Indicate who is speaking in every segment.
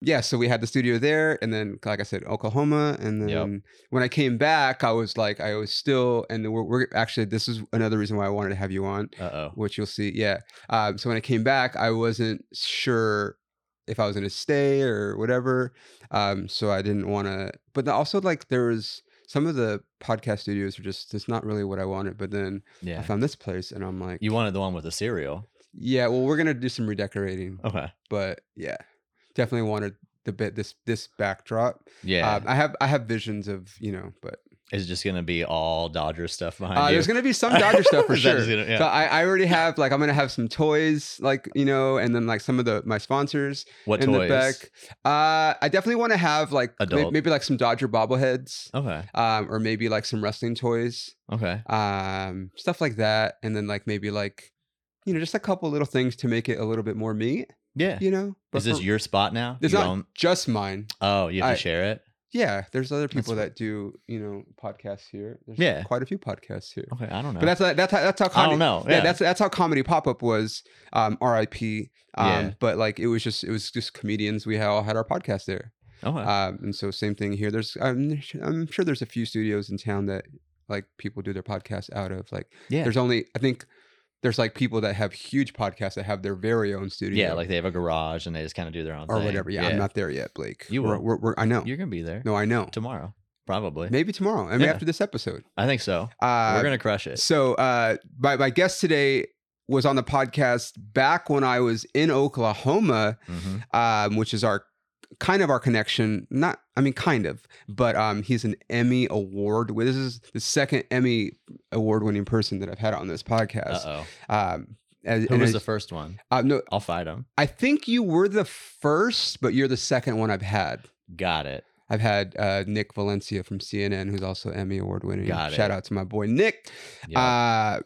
Speaker 1: yeah, so we had the studio there, and then like I said, Oklahoma, and then when I came back, I was like, I was still, and we're, we're actually this is another reason why I wanted to have you on,
Speaker 2: Uh oh.
Speaker 1: which you'll see. Yeah. Um, so when I came back, I wasn't sure if I was going to stay or whatever. Um, so I didn't want to, but then also like there was some of the podcast studios were just it's not really what I wanted. But then I
Speaker 2: Yeah.
Speaker 1: found this place, and I'm like,
Speaker 2: You wanted the one with the cereal.
Speaker 1: yeah, well, we're gonna do some redecorating,
Speaker 2: Okay.
Speaker 1: but yeah, definitely wanted the bit this this backdrop.
Speaker 2: Yeah.
Speaker 1: Um, I have I have visions of you know, but
Speaker 2: it's just gonna be all Dodger stuff behind
Speaker 1: uh,
Speaker 2: you.
Speaker 1: there's gonna be some Dodger stuff for
Speaker 2: Is that
Speaker 1: sure.
Speaker 2: just gonna- yeah.
Speaker 1: So I, I already have like I'm gonna have some toys like you know, and then like some of the my sponsors
Speaker 2: what
Speaker 1: in the
Speaker 2: toys?
Speaker 1: back. Uh, I definitely want to have like may-
Speaker 2: Adult.
Speaker 1: maybe like some Dodger bobbleheads,
Speaker 2: Okay.
Speaker 1: um, or maybe like some wrestling toys,
Speaker 2: Okay.
Speaker 1: um, stuff like that, and then like maybe like you know just a couple little things to make it a little bit more me.
Speaker 2: Yeah.
Speaker 1: You know,
Speaker 2: Is this
Speaker 1: for-
Speaker 2: your spot now?
Speaker 1: It's
Speaker 2: you
Speaker 1: not
Speaker 2: own-
Speaker 1: just mine.
Speaker 2: Oh, you have
Speaker 1: I-
Speaker 2: to share it.
Speaker 1: Yeah, there's other people
Speaker 2: fine.
Speaker 1: that do you know podcasts here. There's
Speaker 2: Yeah.
Speaker 1: quite a few podcasts here.
Speaker 2: Okay. I don't know.
Speaker 1: But that's that's how, that's how
Speaker 2: I
Speaker 1: comedy,
Speaker 2: don't know.
Speaker 1: yeah. that's that's how comedy pop up was. Um, R.I.P. Um,
Speaker 2: Yeah.
Speaker 1: but like it was just it was just comedians. We all had our podcast there.
Speaker 2: okay.
Speaker 1: Um, and so same thing here. There's I'm, I'm sure there's a few studios in town that like people do their podcasts out of. Like
Speaker 2: yeah.
Speaker 1: there's only I think there's like people that have huge podcasts that have their very own studio.
Speaker 2: Yeah, like they have a garage and they just kind of do their own
Speaker 1: or
Speaker 2: thing.
Speaker 1: whatever. Yeah, I'm not there yet, Blake.
Speaker 2: You
Speaker 1: We're-
Speaker 2: will.
Speaker 1: we're- we're- I know.
Speaker 2: You're gonna be there
Speaker 1: No, I know.
Speaker 2: tomorrow, probably.
Speaker 1: Maybe tomorrow. I mean,
Speaker 2: Yeah.
Speaker 1: after this episode.
Speaker 2: I think so.
Speaker 1: Uh,
Speaker 2: We're gonna crush it.
Speaker 1: So, uh, my, my guest today was on the podcast back when I was in Oklahoma,
Speaker 2: Mhm.
Speaker 1: um, which is our kind of our connection. Not, I mean, kind of, but um, he's an Emmy award. This is the second Emmy award winning person that I've had on this
Speaker 2: Uh
Speaker 1: podcast.
Speaker 2: oh.
Speaker 1: Um, and,
Speaker 2: Who
Speaker 1: and
Speaker 2: was
Speaker 1: I-
Speaker 2: the first one?
Speaker 1: uh, no,
Speaker 2: I'll fight him.
Speaker 1: I think you were the first, but you're the second one I've had.
Speaker 2: Got it.
Speaker 1: I've had uh, Nick Valencia from CNN, who's also Emmy award winning.
Speaker 2: Got it.
Speaker 1: Shout out to my boy Nick.
Speaker 2: Yeah.
Speaker 1: Uh,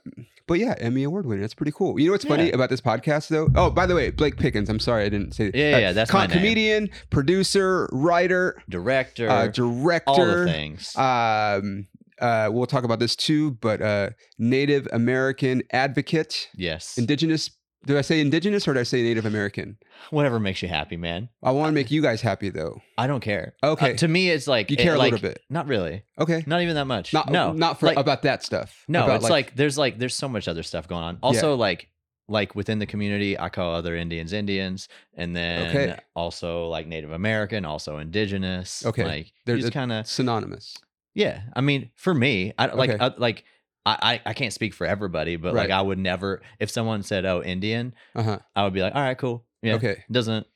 Speaker 1: but yeah, Emmy award winner. That's pretty cool. You know what's funny
Speaker 2: Yeah.
Speaker 1: about this podcast though? Oh, by the way, Blake Pickens. I'm sorry I didn't say.
Speaker 2: yeah, yeah, yeah, that's my name.
Speaker 1: uh, comedian, producer, writer,
Speaker 2: Director.
Speaker 1: uh, director.
Speaker 2: all the things.
Speaker 1: Um, uh, we'll talk about this too. But uh, Native American advocate,
Speaker 2: yes.
Speaker 1: indigenous. Did I say indigenous or did I say Native American?
Speaker 2: Whatever makes you happy, man.
Speaker 1: I want to make you guys happy though.
Speaker 2: I don't care.
Speaker 1: Okay.
Speaker 2: Uh, to me, it's like
Speaker 1: You
Speaker 2: it-
Speaker 1: care a
Speaker 2: like,
Speaker 1: little bit.
Speaker 2: Not really.
Speaker 1: Okay.
Speaker 2: Not even that much.
Speaker 1: Not
Speaker 2: no.
Speaker 1: not for
Speaker 2: like,
Speaker 1: about that stuff.
Speaker 2: No,
Speaker 1: About,
Speaker 2: it's like, there's like there's so much other stuff going on. Also, like like within the community, I call other Indians Indians, and then
Speaker 1: Okay.
Speaker 2: also like Native American, also Indigenous.
Speaker 1: Okay.
Speaker 2: like
Speaker 1: There-
Speaker 2: you just
Speaker 1: there-
Speaker 2: kind of
Speaker 1: synonymous.
Speaker 2: yeah. I mean, for me, I like
Speaker 1: Okay.
Speaker 2: I, like I I I can't speak for everybody, but
Speaker 1: Right.
Speaker 2: like I would never if someone said oh Indian,
Speaker 1: Uh huh.
Speaker 2: I would be like all right, cool, yeah,
Speaker 1: Okay.
Speaker 2: doesn't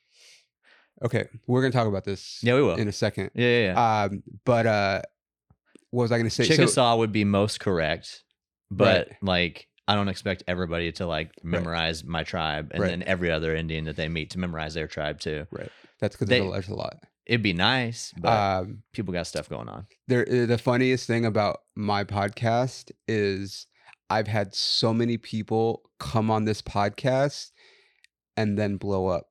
Speaker 1: Okay. We're gonna talk about this
Speaker 2: yeah we will
Speaker 1: in a second.
Speaker 2: yeah yeah. yeah.
Speaker 1: Um, but uh, what was I going to say? So-
Speaker 2: Chickasaw would be most correct, but like I don't expect everybody to like memorize my tribe and
Speaker 1: Right.
Speaker 2: then every other Indian that they meet to memorize their tribe too.
Speaker 1: that's because
Speaker 2: they-
Speaker 1: there's a lot.
Speaker 2: It'd be nice, but
Speaker 1: Um,
Speaker 2: people got stuff going on.
Speaker 1: there, uh, the funniest thing about my podcast is I've had so many people come on this podcast and then blow up.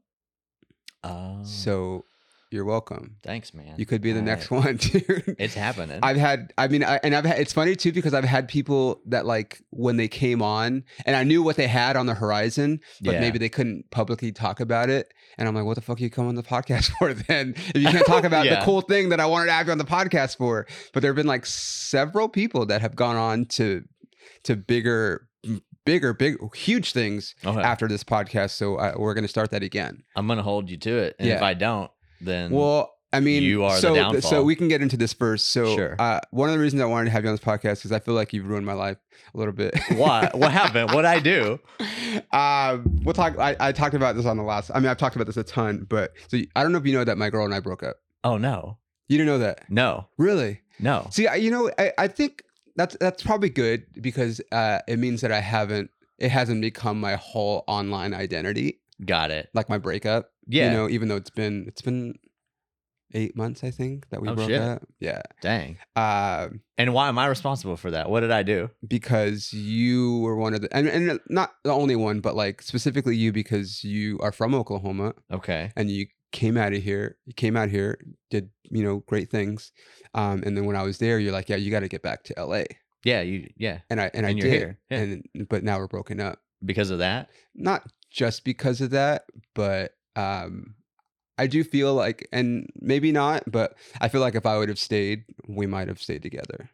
Speaker 2: Oh,
Speaker 1: So you're welcome.
Speaker 2: thanks, man.
Speaker 1: You could be the
Speaker 2: All
Speaker 1: next
Speaker 2: right.
Speaker 1: one, dude.
Speaker 2: It's happening.
Speaker 1: I've had, I mean, I, and I've had, it's funny too because I've had people that like when they came on and I knew what they had on the horizon, but
Speaker 2: Yeah.
Speaker 1: maybe they couldn't publicly talk about it. And I'm like, what the fuck you come on the podcast for then? If you can't talk about
Speaker 2: Yeah.
Speaker 1: the cool thing that I wanted to have you on the podcast for. But there have been like several people that have gone on to, to bigger, bigger, big, huge things
Speaker 2: Okay.
Speaker 1: after this podcast. So I, we're going to start that again.
Speaker 2: I'm gonna hold you to it, and if
Speaker 1: Yeah.
Speaker 2: I don't, then
Speaker 1: Well, I mean,
Speaker 2: you are the
Speaker 1: so, th- So
Speaker 2: downfall.
Speaker 1: we can get into this first. So,
Speaker 2: Sure.
Speaker 1: uh, one of the reasons I wanted to have you on this podcast is I feel like you've ruined my life a little bit.
Speaker 2: what what happened? What I do?
Speaker 1: uh, we'll talk. I, I talked about this on the last. I mean, I've talked about this a ton, but so you- I don't know if you know that my girl and I broke up.
Speaker 2: Oh no,
Speaker 1: You didn't know that,
Speaker 2: no,
Speaker 1: really?
Speaker 2: no.
Speaker 1: See, I, you know, I, I think that's that's probably good because uh, it means that I haven't. It hasn't become my whole online identity,
Speaker 2: Got it.
Speaker 1: like my breakup.
Speaker 2: Yeah.
Speaker 1: You know, even though it's been it's been eight months, I think that we
Speaker 2: Oh,
Speaker 1: broke
Speaker 2: shit.
Speaker 1: up. Yeah.
Speaker 2: Dang.
Speaker 1: Um,
Speaker 2: And why am I responsible for that? What did I do?
Speaker 1: because you were one of the and, and not the only one, but like specifically you because you are from Oklahoma
Speaker 2: Okay.
Speaker 1: and you came out of here, you came out here, did you know great things, um, and then when I was there, you're like, yeah, you got to get back to L.A.
Speaker 2: Yeah. You. Yeah.
Speaker 1: and I and, I
Speaker 2: And you're
Speaker 1: did,
Speaker 2: here. Yeah.
Speaker 1: and but now we're broken up,
Speaker 2: Because of that.
Speaker 1: not just because of that, but um, I do feel like, and maybe not, but I feel like if I would have stayed, we might have stayed together.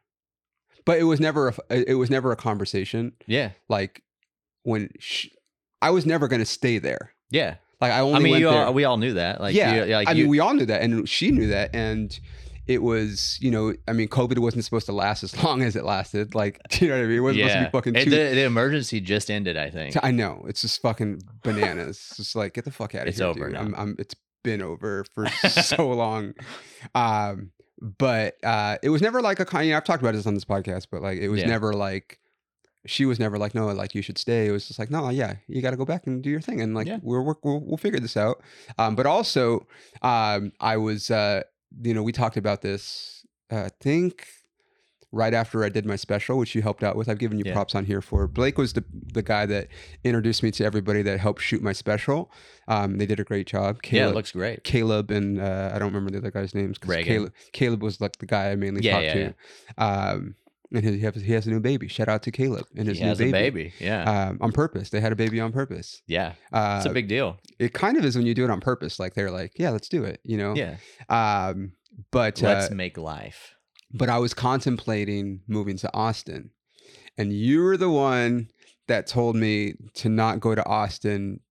Speaker 1: But it was never a, it was never a conversation.
Speaker 2: Yeah.
Speaker 1: Like when sh I was never going to stay there.
Speaker 2: Yeah.
Speaker 1: Like I only
Speaker 2: I mean,
Speaker 1: went
Speaker 2: you
Speaker 1: there.
Speaker 2: all, uh, we all knew that. Like,
Speaker 1: yeah,
Speaker 2: you- like
Speaker 1: I
Speaker 2: you-
Speaker 1: mean, we all knew that, and she knew that, and it was you know, I mean, COVID wasn't supposed to last as long as it lasted. Like, you know what I mean? It wasn't
Speaker 2: yeah.
Speaker 1: supposed to be fucking
Speaker 2: It-
Speaker 1: two.
Speaker 2: the, the emergency just ended, I think.
Speaker 1: I know it's just fucking bananas. it's just like get the fuck out of
Speaker 2: It's
Speaker 1: here.
Speaker 2: over
Speaker 1: dude.
Speaker 2: now.
Speaker 1: I'm, I'm, it's been over for so long. Um, but uh, it was never like a kind. You know, I've talked about this on this podcast, but like it was
Speaker 2: Yeah.
Speaker 1: never like she was never like no, like you should stay. It was just like no, yeah, you got to go back and do your thing, and like
Speaker 2: Yeah.
Speaker 1: we're, we're we'll, we'll figure this out. Um, but also, um, I was uh, you know we talked about this. Uh, I think right after I did my special, which you helped out with. I've given you
Speaker 2: Yeah.
Speaker 1: props on here for. Blake was the the guy that introduced me to everybody that helped shoot my special. Um, they did a great job.
Speaker 2: yeah,
Speaker 1: Caleb,
Speaker 2: it looks great.
Speaker 1: Caleb and uh, I don't remember the other guy's names. 'cause
Speaker 2: Reagan.
Speaker 1: Caleb, Caleb was like the guy I mainly
Speaker 2: Yeah,
Speaker 1: talked
Speaker 2: yeah,
Speaker 1: to. Um, and he has, he has a new baby. Shout out to Caleb and his
Speaker 2: He
Speaker 1: new
Speaker 2: has
Speaker 1: baby.
Speaker 2: a baby. Yeah.
Speaker 1: Um, on purpose. They had a baby on purpose.
Speaker 2: yeah.
Speaker 1: Uh,
Speaker 2: It's a big deal.
Speaker 1: it kind of is when you do it on purpose. Like they're like, yeah, let's do it. You know.
Speaker 2: Yeah.
Speaker 1: Um, but oh, uh,
Speaker 2: Let's make life.
Speaker 1: but I was contemplating moving to Austin. And you were the one that told me to not go to Austin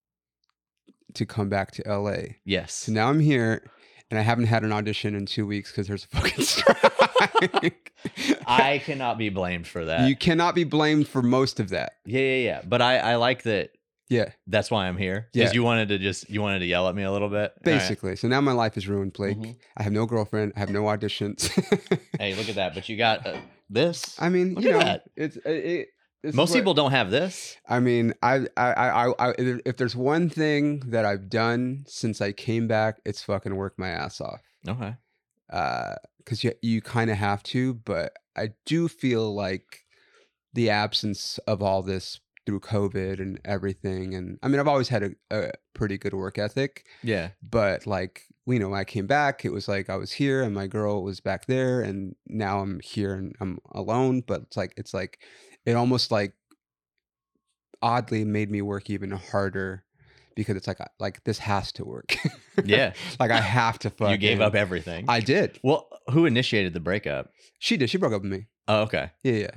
Speaker 1: to come back to LA.
Speaker 2: Yes.
Speaker 1: So now I'm here and I haven't had an audition in two weeks because there's a fucking strike.
Speaker 2: I cannot be blamed for that.
Speaker 1: you cannot be blamed for most of that.
Speaker 2: yeah, yeah, yeah. But I, I like that.
Speaker 1: Yeah,
Speaker 2: That's why I'm here.
Speaker 1: Yeah.
Speaker 2: Because you wanted to just you wanted to yell at me a little bit. All right.
Speaker 1: basically. So now my life is ruined, Blake.
Speaker 2: Mhm.
Speaker 1: I have no girlfriend. I have no auditions.
Speaker 2: Hey, look at that. But you got uh, this.
Speaker 1: I mean,
Speaker 2: Look
Speaker 1: you
Speaker 2: at
Speaker 1: know,
Speaker 2: that.
Speaker 1: it's it. it this is
Speaker 2: Most
Speaker 1: what-
Speaker 2: people don't have this.
Speaker 1: I mean, I, I, I, I, I, if there's one thing that I've done since I came back, it's fucking work my ass off.
Speaker 2: Okay.
Speaker 1: Uh, cause you, you kind of have to, but I do feel like the absence of all this through COVID and everything. And I mean, I've always had a, a pretty good work ethic,
Speaker 2: Yeah.
Speaker 1: but like, you know, when I came back, it was like I was here and my girl was back there and now I'm here and I'm alone, but it's like, it's like, it almost like oddly made me work even harder because it's like I- like this has to work.
Speaker 2: Yeah.
Speaker 1: like I have to fuck.
Speaker 2: you gave up everything.
Speaker 1: I did.
Speaker 2: well, who initiated the breakup?
Speaker 1: She did. She broke up with me.
Speaker 2: Oh, okay.
Speaker 1: Yeah,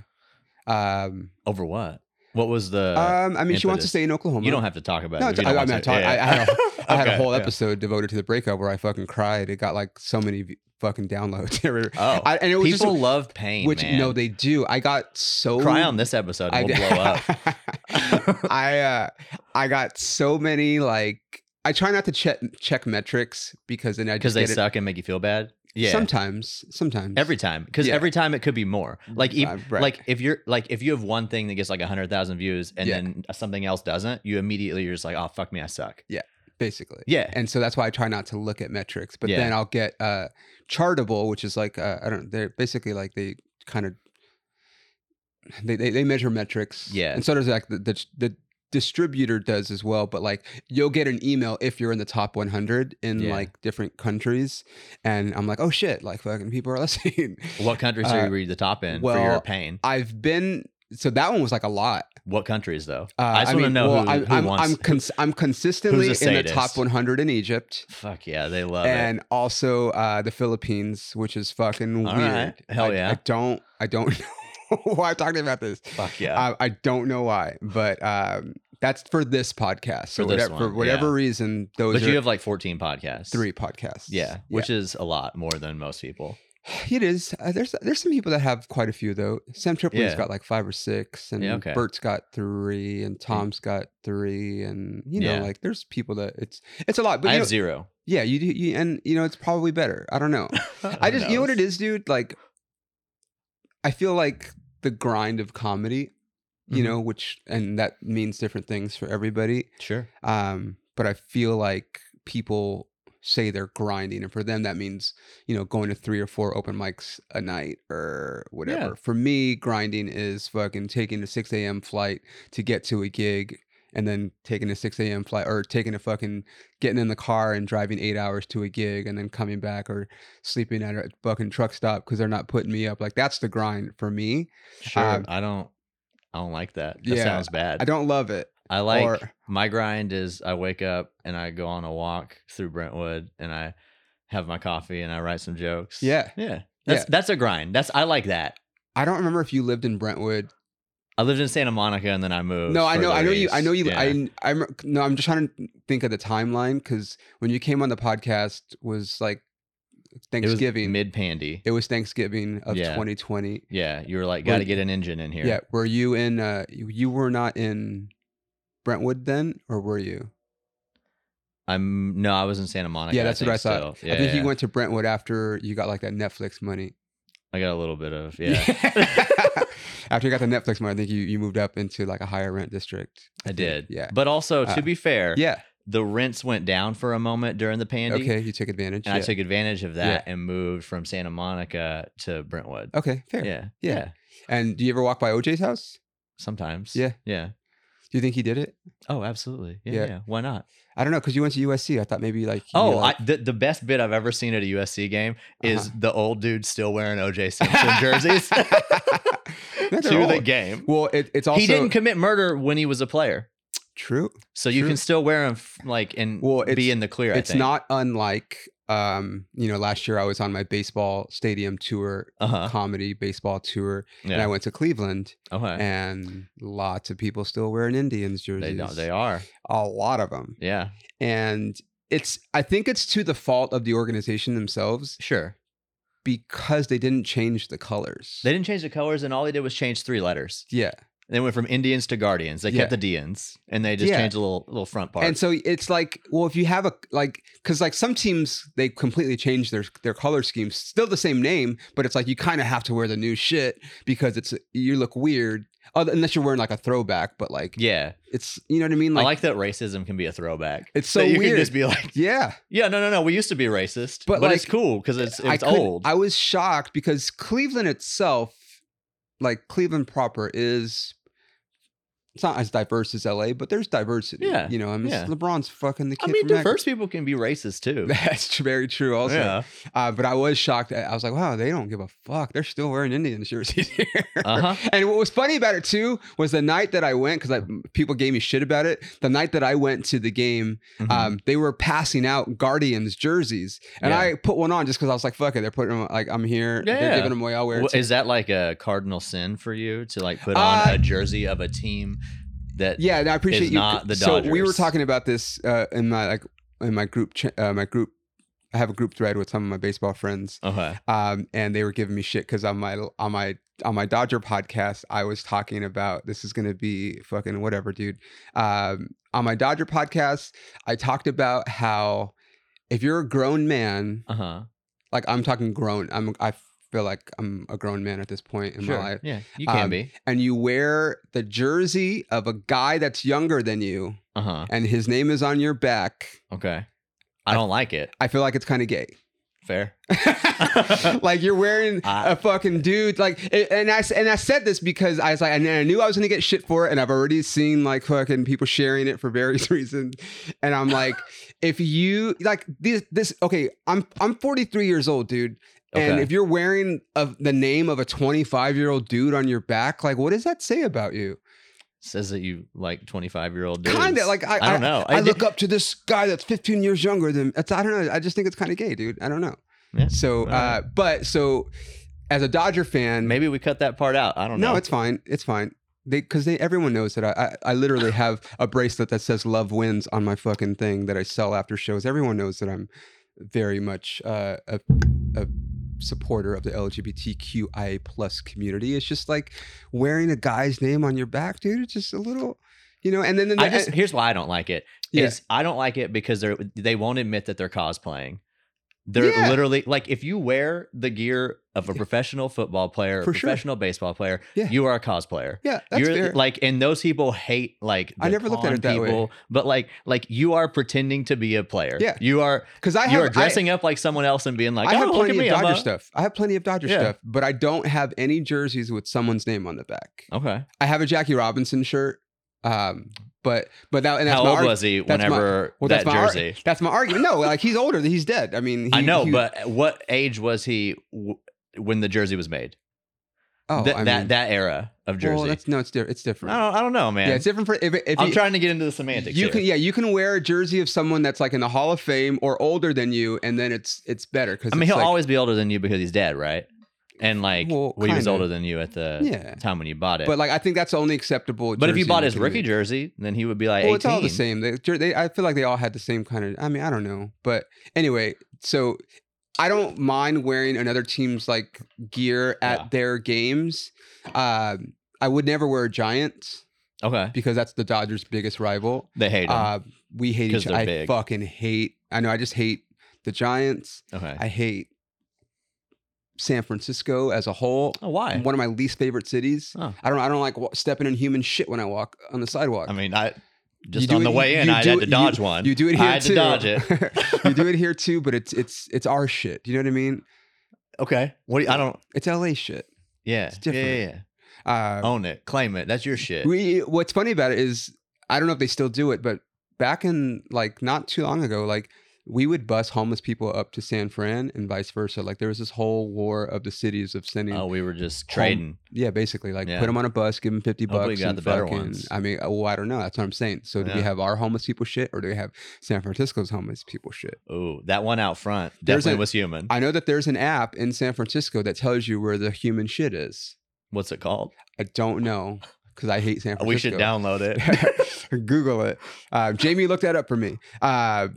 Speaker 1: yeah. Um,
Speaker 2: Over what? What was the?
Speaker 1: um I mean, she wants to
Speaker 2: Uh, impetus.
Speaker 1: stay in Oklahoma.
Speaker 2: you don't have to talk about
Speaker 1: No,
Speaker 2: it. if
Speaker 1: I-
Speaker 2: you don't
Speaker 1: I
Speaker 2: want
Speaker 1: mean,
Speaker 2: to.
Speaker 1: I talk- I- I had a- I had a
Speaker 2: Okay,
Speaker 1: whole
Speaker 2: yeah.
Speaker 1: episode devoted to the breakup where I fucking cried. It got like so many v- fucking downloads.
Speaker 2: Oh,
Speaker 1: I, and it was
Speaker 2: people
Speaker 1: just
Speaker 2: love pain.
Speaker 1: which
Speaker 2: man.
Speaker 1: no, they do. I got so
Speaker 2: cry on this episode. And we'll blow up.
Speaker 1: blow up. I uh, I got so many like I try not to check check metrics because then I just
Speaker 2: because they
Speaker 1: get it.
Speaker 2: suck and make you feel bad. Yeah,
Speaker 1: Sometimes, sometimes
Speaker 2: every time. Because
Speaker 1: Yeah.
Speaker 2: every time it could be more. Like if,
Speaker 1: Uh, right.
Speaker 2: like if you're like if you have one thing that gets like hundred thousand views and
Speaker 1: Yeah.
Speaker 2: then something else doesn't, you immediately you're just like, oh fuck me, I suck.
Speaker 1: basically.
Speaker 2: Yeah,
Speaker 1: And so that's why I try not to look at metrics. But
Speaker 2: Yeah.
Speaker 1: then I'll get uh chartable, which is like uh, I don't. They're basically like they kind of they, they they measure metrics.
Speaker 2: Yeah.
Speaker 1: And so does like the the. the distributor does as well but like you'll get an email if you're in the top 100 in
Speaker 2: Yeah.
Speaker 1: like different countries and i'm like oh shit like fucking people are listening
Speaker 2: what countries
Speaker 1: Uh,
Speaker 2: are you the top in for
Speaker 1: well,
Speaker 2: your pain?
Speaker 1: i've been so that one was like a lot
Speaker 2: What countries though?
Speaker 1: uh,
Speaker 2: I just want to know who,
Speaker 1: I'm,
Speaker 2: who
Speaker 1: I'm,
Speaker 2: wants.
Speaker 1: I'm, cons- I'm consistently in the
Speaker 2: sadist?
Speaker 1: top 100 in egypt
Speaker 2: fuck yeah, they love it.
Speaker 1: and also uh, the Philippines, which is fucking
Speaker 2: All
Speaker 1: weird.
Speaker 2: right. Hell
Speaker 1: I- I
Speaker 2: yeah.
Speaker 1: don't, I don't know why I'm talking about this. Uh,
Speaker 2: Fuck yeah.
Speaker 1: I, I don't know why, but um, that's for this podcast. So
Speaker 2: For this
Speaker 1: whatever, for
Speaker 2: one,
Speaker 1: whatever reason, those
Speaker 2: but
Speaker 1: are
Speaker 2: you have like 14 podcasts.
Speaker 1: three podcasts.
Speaker 2: Yeah, which is a lot more than most people.
Speaker 1: it is. Uh, there's there's some people that have quite a few though. Sam Tripoli's
Speaker 2: Yeah.
Speaker 1: got like five or six, and
Speaker 2: Yeah, okay.
Speaker 1: Bert's got three, and Tom's got three, and you know,
Speaker 2: Yeah.
Speaker 1: like there's people that it's it's a lot. But
Speaker 2: I
Speaker 1: you
Speaker 2: have
Speaker 1: know,
Speaker 2: zero.
Speaker 1: yeah, you do, you, and you know, it's probably better. I don't know. I just, you know what it is, dude? Like, I feel like the grind of comedy, you
Speaker 2: Mhm.
Speaker 1: know, which, and that means different things for everybody.
Speaker 2: Sure.
Speaker 1: Um, but I feel like people say they're grinding. And for them, that means, you know, going to three or four open mics a night or whatever. For me, grinding is fucking taking a 6 a.m. flight to get to a gig. And then taking a 6 a.m. flight or taking a fucking getting in the car and driving eight hours to a gig and then coming back or sleeping at a fucking truck stop because they're not putting me up. Like that's the grind for me.
Speaker 2: Sure.
Speaker 1: Um,
Speaker 2: I don't. I don't like that. That
Speaker 1: yeah,
Speaker 2: sounds bad.
Speaker 1: I don't love it.
Speaker 2: I like
Speaker 1: Or-
Speaker 2: my grind is I wake up and I go on a walk through Brentwood and I have my coffee and I write some jokes.
Speaker 1: Yeah.
Speaker 2: Yeah. That's
Speaker 1: Yeah.
Speaker 2: that's a grind. That's I like that.
Speaker 1: I don't remember if you lived in Brentwood.
Speaker 2: I lived in Santa Monica and then I moved.
Speaker 1: No, I know,
Speaker 2: further
Speaker 1: I know you,
Speaker 2: east.
Speaker 1: I know you.
Speaker 2: Yeah.
Speaker 1: I, I, rem- no, I'm just trying to think of the timeline because when you came on the podcast was like
Speaker 2: it was
Speaker 1: Thanksgiving. It was,
Speaker 2: mid pandy.
Speaker 1: Thanksgiving of
Speaker 2: Yeah.
Speaker 1: 2020.
Speaker 2: Yeah. You were like,
Speaker 1: Well,
Speaker 2: got to get an engine in here.
Speaker 1: Yeah, were you in? Uh, you, you were not in Brentwood then, or were you?
Speaker 2: I'm no, I was in Santa Monica.
Speaker 1: Yeah, that's what I
Speaker 2: think,
Speaker 1: thought.
Speaker 2: still. Yeah,
Speaker 1: I think
Speaker 2: yeah.
Speaker 1: you went to Brentwood after you got like that Netflix money.
Speaker 2: I got a little bit of yeah.
Speaker 1: after you got the Netflix money, I think you you moved up into like a higher rent district.
Speaker 2: I
Speaker 1: think.
Speaker 2: did.
Speaker 1: Yeah.
Speaker 2: But also,
Speaker 1: Uh,
Speaker 2: to be fair,
Speaker 1: Yeah.
Speaker 2: the rents went down for a moment during the pandy.
Speaker 1: Okay, you took advantage.
Speaker 2: And I
Speaker 1: yeah.
Speaker 2: took advantage of that and moved from Santa Monica to Brentwood.
Speaker 1: Okay, fair.
Speaker 2: Yeah,
Speaker 1: Yeah.
Speaker 2: yeah.
Speaker 1: And do you ever walk by OJ's house?
Speaker 2: Sometimes.
Speaker 1: Yeah.
Speaker 2: Yeah.
Speaker 1: Do you think he did it?
Speaker 2: Oh, absolutely. Yeah.
Speaker 1: Yeah.
Speaker 2: yeah. Why not?
Speaker 1: I don't know because you went to USC. I thought maybe like. you,
Speaker 2: Oh,
Speaker 1: like-
Speaker 2: I, the, the best bit I've ever seen at a USC game is
Speaker 1: Uh-huh.
Speaker 2: the old dude still wearing OJ Simpson jerseys
Speaker 1: No, they're
Speaker 2: to the
Speaker 1: old.
Speaker 2: game.
Speaker 1: Well, it, it's also
Speaker 2: he didn't commit murder when he was a player.
Speaker 1: true.
Speaker 2: So you
Speaker 1: True.
Speaker 2: can still wear him f- like and
Speaker 1: Well, it's-
Speaker 2: be in the clear. I
Speaker 1: it's
Speaker 2: think.
Speaker 1: not unlike um you know last year i was on my baseball stadium tour
Speaker 2: Uh huh.
Speaker 1: comedy baseball tour and i
Speaker 2: Yeah.
Speaker 1: went to cleveland
Speaker 2: Okay.
Speaker 1: and lots of people still wearing indians jerseys
Speaker 2: They don't. They are.
Speaker 1: a lot of them
Speaker 2: Yeah.
Speaker 1: and it's i think it's to the fault of the organization themselves
Speaker 2: Sure.
Speaker 1: because they didn't change the colors
Speaker 2: They didn't change the colors, and all they did was change three letters.
Speaker 1: yeah
Speaker 2: They went from Indians to Guardians. They kept
Speaker 1: Yeah.
Speaker 2: the Dns and they just
Speaker 1: Yeah.
Speaker 2: changed a little little front part.
Speaker 1: and so it's like well if you have a like because like some teams they completely change their their color scheme still the same name but it's like you kind of have to wear the new shit because it's you look weird other, unless you're wearing like a throwback but like
Speaker 2: yeah,
Speaker 1: it's you know what i mean
Speaker 2: I like that racism can be a throwback.
Speaker 1: It's so
Speaker 2: that you
Speaker 1: weird.
Speaker 2: can just be like,
Speaker 1: yeah
Speaker 2: yeah, no, no, no, we used to be racist,
Speaker 1: But,
Speaker 2: but, it's
Speaker 1: like,
Speaker 2: cool because it's
Speaker 1: I
Speaker 2: it's
Speaker 1: couldn't-
Speaker 2: old.
Speaker 1: i was shocked because cleveland itself like cleveland proper is it's not as diverse as la but there's diversity
Speaker 2: Yeah,
Speaker 1: you know i mean
Speaker 2: yeah.
Speaker 1: lebron's fucking the
Speaker 2: I
Speaker 1: kid
Speaker 2: mean,
Speaker 1: from Akron.
Speaker 2: diverse people can be racist too.
Speaker 1: that's very true also
Speaker 2: yeah,
Speaker 1: Uh, but I was shocked. I I was like, wow, they don't give a fuck. They're still wearing Indian jerseys here.
Speaker 2: Uh-huh.
Speaker 1: And what was funny about it too was the night that I went, because like people gave me shit about it. The night that I went to the game,
Speaker 2: Mhm.
Speaker 1: um, they were passing out Guardians jerseys, and
Speaker 2: Yeah.
Speaker 1: I put one on just because I was like, fuck it, they're putting them like I'm here. They're
Speaker 2: Yeah.
Speaker 1: giving them away. I'll wear.
Speaker 2: Wha-
Speaker 1: it. too.
Speaker 2: is that like a cardinal sin for you to like put on
Speaker 1: Uh,
Speaker 2: a jersey of a team that?
Speaker 1: yeah, and I appreciate
Speaker 2: is
Speaker 1: you.
Speaker 2: not the
Speaker 1: so we were
Speaker 2: Dodgers.
Speaker 1: talking about this uh, in my like in my group cha- uh, my group. I have a group thread with some of my baseball friends.
Speaker 2: Okay.
Speaker 1: um, and they were giving me shit because on my on my on my Dodger podcast, I was talking about this is gonna be fucking whatever, dude. Um, on my Dodger podcast, I talked about how if you're a grown man,
Speaker 2: Uh huh.
Speaker 1: like I'm talking grown, I'm I feel like I'm a grown man at this point in
Speaker 2: Sure.
Speaker 1: my life,
Speaker 2: Yeah, you can
Speaker 1: Um,
Speaker 2: be.
Speaker 1: and you wear the jersey of a guy that's younger than you,
Speaker 2: Uh huh.
Speaker 1: and his name is on your back.
Speaker 2: Okay. I
Speaker 1: I-
Speaker 2: don't like it.
Speaker 1: I feel like it's kind of gay.
Speaker 2: Fair.
Speaker 1: like you're wearing
Speaker 2: I-
Speaker 1: a fucking dude. Like, a- and I s- and I said this because I was like, and I knew I was gonna get shit for it, and I've already seen like fucking people sharing it for various reasons, and I'm like, if you like this, this okay, I'm I'm 43 years old, dude. And
Speaker 2: Okay.
Speaker 1: if you're wearing of the name of a 25 year old dude on your back, like what does that say about you?
Speaker 2: Says that you like 25 year old dudes.
Speaker 1: Kind of like I,
Speaker 2: I don't know.
Speaker 1: I,
Speaker 2: I
Speaker 1: look up to this guy that's 15 years younger than. It's, I don't know. I just think it's kind of gay, dude. I don't know.
Speaker 2: Yeah.
Speaker 1: So, uh,
Speaker 2: Alright.
Speaker 1: but so as a Dodger fan,
Speaker 2: Maybe we cut that part out. I don't
Speaker 1: no,
Speaker 2: know.
Speaker 1: it's fine. It's fine. They because they everyone knows that I, I I literally have a bracelet that says "Love Wins" on my fucking thing that I sell after shows. Everyone knows that I'm very much uh, a a supporter of the LGBTQIA plus community. It's just like wearing a guy's name on your back, dude. It's just a little, you know. And then, then
Speaker 2: I
Speaker 1: the- eh,
Speaker 2: just here's why I don't like it.
Speaker 1: Yeah.
Speaker 2: Is I don't like it because they are they won't admit that they're cosplaying. They're
Speaker 1: Yeah.
Speaker 2: literally like if you wear the gear of a professional football player,
Speaker 1: For sure.
Speaker 2: professional baseball player,
Speaker 1: Yeah.
Speaker 2: you are a cosplayer.
Speaker 1: yeah, that's
Speaker 2: You're
Speaker 1: fair.
Speaker 2: like, and those people hate like.
Speaker 1: I
Speaker 2: the
Speaker 1: never looked at
Speaker 2: con
Speaker 1: it that way.
Speaker 2: people, But like, like you are pretending to be a player.
Speaker 1: Yeah.
Speaker 2: you are.
Speaker 1: Because I
Speaker 2: you are
Speaker 1: have I-
Speaker 2: dressing up like someone else and being like,
Speaker 1: I have
Speaker 2: "Oh, look at
Speaker 1: plenty
Speaker 2: me,
Speaker 1: of
Speaker 2: I'm
Speaker 1: Dodger
Speaker 2: a-"
Speaker 1: stuff. I have plenty of Dodger
Speaker 2: Yeah.
Speaker 1: stuff, but I don't have any jerseys with someone's name on the back.
Speaker 2: Okay.
Speaker 1: I have a Jackie Robinson shirt, um, but but that and that's
Speaker 2: How
Speaker 1: my
Speaker 2: old
Speaker 1: arg-
Speaker 2: was he
Speaker 1: that's my-
Speaker 2: whenever
Speaker 1: well, that's
Speaker 2: that
Speaker 1: my ar-
Speaker 2: jersey?
Speaker 1: That's my argument. No, like he's older. He's dead. I mean, he,
Speaker 2: I know,
Speaker 1: he-
Speaker 2: but what age was he w- when the jersey was made?
Speaker 1: Oh,
Speaker 2: Th-
Speaker 1: I
Speaker 2: that
Speaker 1: mean-
Speaker 2: that era of Jersey.
Speaker 1: Well, that's no, it's different. It's different.
Speaker 2: I don't I don't know, man.
Speaker 1: yeah, it's different for if, if
Speaker 2: I'm
Speaker 1: you,
Speaker 2: trying to get into the semantics.
Speaker 1: you
Speaker 2: here.
Speaker 1: can yeah you can wear a jersey of someone that's like in the Hall of Fame or older than you, and then it's it's better because
Speaker 2: I mean, he'll
Speaker 1: like,
Speaker 2: always be older than you because he's dead, right? And like,
Speaker 1: Well,
Speaker 2: well, he was
Speaker 1: kinda.
Speaker 2: older than you at the
Speaker 1: Yeah.
Speaker 2: time when you bought it.
Speaker 1: But like I think that's only acceptable.
Speaker 2: but if you
Speaker 1: jersey
Speaker 2: bought
Speaker 1: in
Speaker 2: his
Speaker 1: the
Speaker 2: rookie
Speaker 1: community.
Speaker 2: jersey, then he would be like
Speaker 1: well,
Speaker 2: 18.
Speaker 1: it's all the same. They, jer- they, I feel like they all had the same kind of. I mean, I don't know, but anyway, so I don't mind wearing another team's like gear at
Speaker 2: Yeah.
Speaker 1: their games. Um, I would never wear Giants
Speaker 2: Okay,
Speaker 1: because that's the Dodgers' biggest rival.
Speaker 2: they hate him.
Speaker 1: Uh, we hate
Speaker 2: 'Cause
Speaker 1: each.
Speaker 2: they're
Speaker 1: I
Speaker 2: big.
Speaker 1: fucking hate. I know. I just hate the Giants.
Speaker 2: okay,
Speaker 1: I hate San Francisco as a whole.
Speaker 2: oh, why?
Speaker 1: One of my least favorite cities.
Speaker 2: Oh.
Speaker 1: I don't. I don't like wa- stepping in human shit when I walk on the sidewalk.
Speaker 2: I mean, I
Speaker 1: You
Speaker 2: just
Speaker 1: do
Speaker 2: on
Speaker 1: it-
Speaker 2: the way
Speaker 1: you-
Speaker 2: in,
Speaker 1: you
Speaker 2: I
Speaker 1: do
Speaker 2: had
Speaker 1: it-
Speaker 2: to dodge one.
Speaker 1: you do it here
Speaker 2: I had
Speaker 1: too.
Speaker 2: to dodge it.
Speaker 1: you do it here too, but it's it's it's our shit. Do you know what I mean?
Speaker 2: Okay, what? Do you, I don't.
Speaker 1: It's LA shit.
Speaker 2: Yeah,
Speaker 1: It's
Speaker 2: yeah,
Speaker 1: different.
Speaker 2: yeah, yeah.
Speaker 1: Uh,
Speaker 2: Own it, claim it. That's your shit.
Speaker 1: We what's funny about it is I don't know if they still do it, but back in like not too long ago, like we would bus homeless people up to San Fran and vice versa. Like there was this whole war of the cities of sending.
Speaker 2: oh, we were just trading.
Speaker 1: Yeah, basically, like put 'em
Speaker 2: Yeah.
Speaker 1: put them on a bus, give them fifty bucks.
Speaker 2: Hopefully you got
Speaker 1: and
Speaker 2: the better
Speaker 1: fucking-
Speaker 2: ones.
Speaker 1: I mean, well, I don't know. That's what I'm saying. So do we
Speaker 2: Yeah.
Speaker 1: have our homeless people shit, or do we have San Francisco's homeless people shit?
Speaker 2: Ooh, that one out front
Speaker 1: There's
Speaker 2: definitely
Speaker 1: a-
Speaker 2: was human.
Speaker 1: I know that there's an app in San Francisco that tells you where the human shit is.
Speaker 2: What's it called?
Speaker 1: I don't know because I hate San Francisco.
Speaker 2: We should download it.
Speaker 1: Google it. Uh, Jamie looked that up for me. Uh,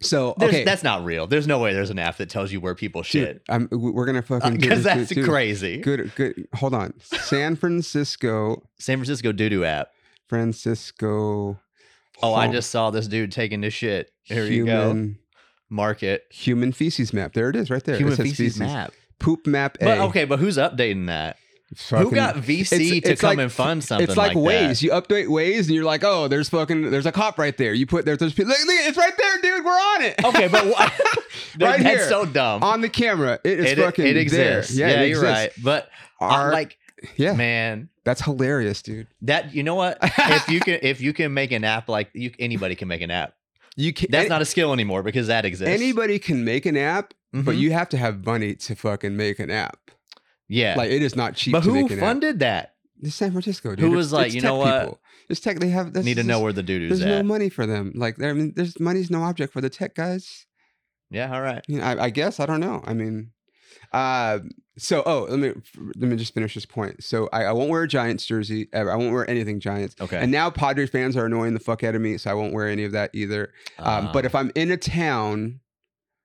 Speaker 1: so
Speaker 2: There's-
Speaker 1: okay,
Speaker 2: That's not real. There's no way there's an app that tells you where people shit.
Speaker 1: Dude, I'm, we're gonna fucking do
Speaker 2: Because
Speaker 1: this, dude,
Speaker 2: that's
Speaker 1: dude.
Speaker 2: crazy.
Speaker 1: Good, good. Hold on, San Francisco,
Speaker 2: San Francisco doo doo app.
Speaker 1: Francisco.
Speaker 2: Oh, I
Speaker 1: hom-
Speaker 2: just saw this dude taking this shit. Here you go.
Speaker 1: human-
Speaker 2: Mark it.
Speaker 1: Human feces map. There it is, right there. It
Speaker 2: Human
Speaker 1: says
Speaker 2: feces, map.
Speaker 1: Poop map. A.
Speaker 2: But okay, but who's updating that? Who
Speaker 1: Fucking-
Speaker 2: got VC
Speaker 1: It's-
Speaker 2: to
Speaker 1: it's
Speaker 2: come
Speaker 1: like-
Speaker 2: and fund something
Speaker 1: It's like,
Speaker 2: that?
Speaker 1: ways. You update ways, and you're like, oh, there's fucking, there's a cop right there. You put there, there's people. Look, look, it's right there, dude. We're on it.
Speaker 2: Okay, but why- Dude,
Speaker 1: Right
Speaker 2: that's
Speaker 1: here.
Speaker 2: so dumb.
Speaker 1: on the camera. It is
Speaker 2: it,
Speaker 1: fucking
Speaker 2: it
Speaker 1: there.
Speaker 2: exists.
Speaker 1: Yeah,
Speaker 2: Yeah,
Speaker 1: it
Speaker 2: you're
Speaker 1: exists.
Speaker 2: right. But
Speaker 1: Our-
Speaker 2: I'm like,
Speaker 1: yeah,
Speaker 2: man,
Speaker 1: that's hilarious, dude.
Speaker 2: that you know what? if you can, if you can make an app like you, anybody can make an app.
Speaker 1: You can.
Speaker 2: That's
Speaker 1: an-
Speaker 2: not a skill anymore because that exists.
Speaker 1: anybody can make an app, but
Speaker 2: Mhm.
Speaker 1: you have to have money to fucking make an app.
Speaker 2: yeah.
Speaker 1: Like it is not cheap.
Speaker 2: but
Speaker 1: to
Speaker 2: who
Speaker 1: make an app.
Speaker 2: funded that?
Speaker 1: It's San Francisco, dude.
Speaker 2: Who
Speaker 1: It's-
Speaker 2: was like,
Speaker 1: it's
Speaker 2: you know
Speaker 1: tech
Speaker 2: what?
Speaker 1: People. It's tech. They have. That's,
Speaker 2: Need to know where the doo
Speaker 1: There's
Speaker 2: doo's
Speaker 1: no
Speaker 2: at.
Speaker 1: money for them. Like, there- I mean, there's money's no object for the tech guys.
Speaker 2: yeah, all right.
Speaker 1: You know, I, I guess I don't know. I mean, uh, so oh, let me let me just finish this point. So I, I won't wear a Giants jersey ever. I won't wear anything Giants.
Speaker 2: Okay.
Speaker 1: And now Padres fans are annoying the fuck out of me, so I won't wear any of that either. Um,
Speaker 2: Uh-huh.
Speaker 1: but if I'm in a town,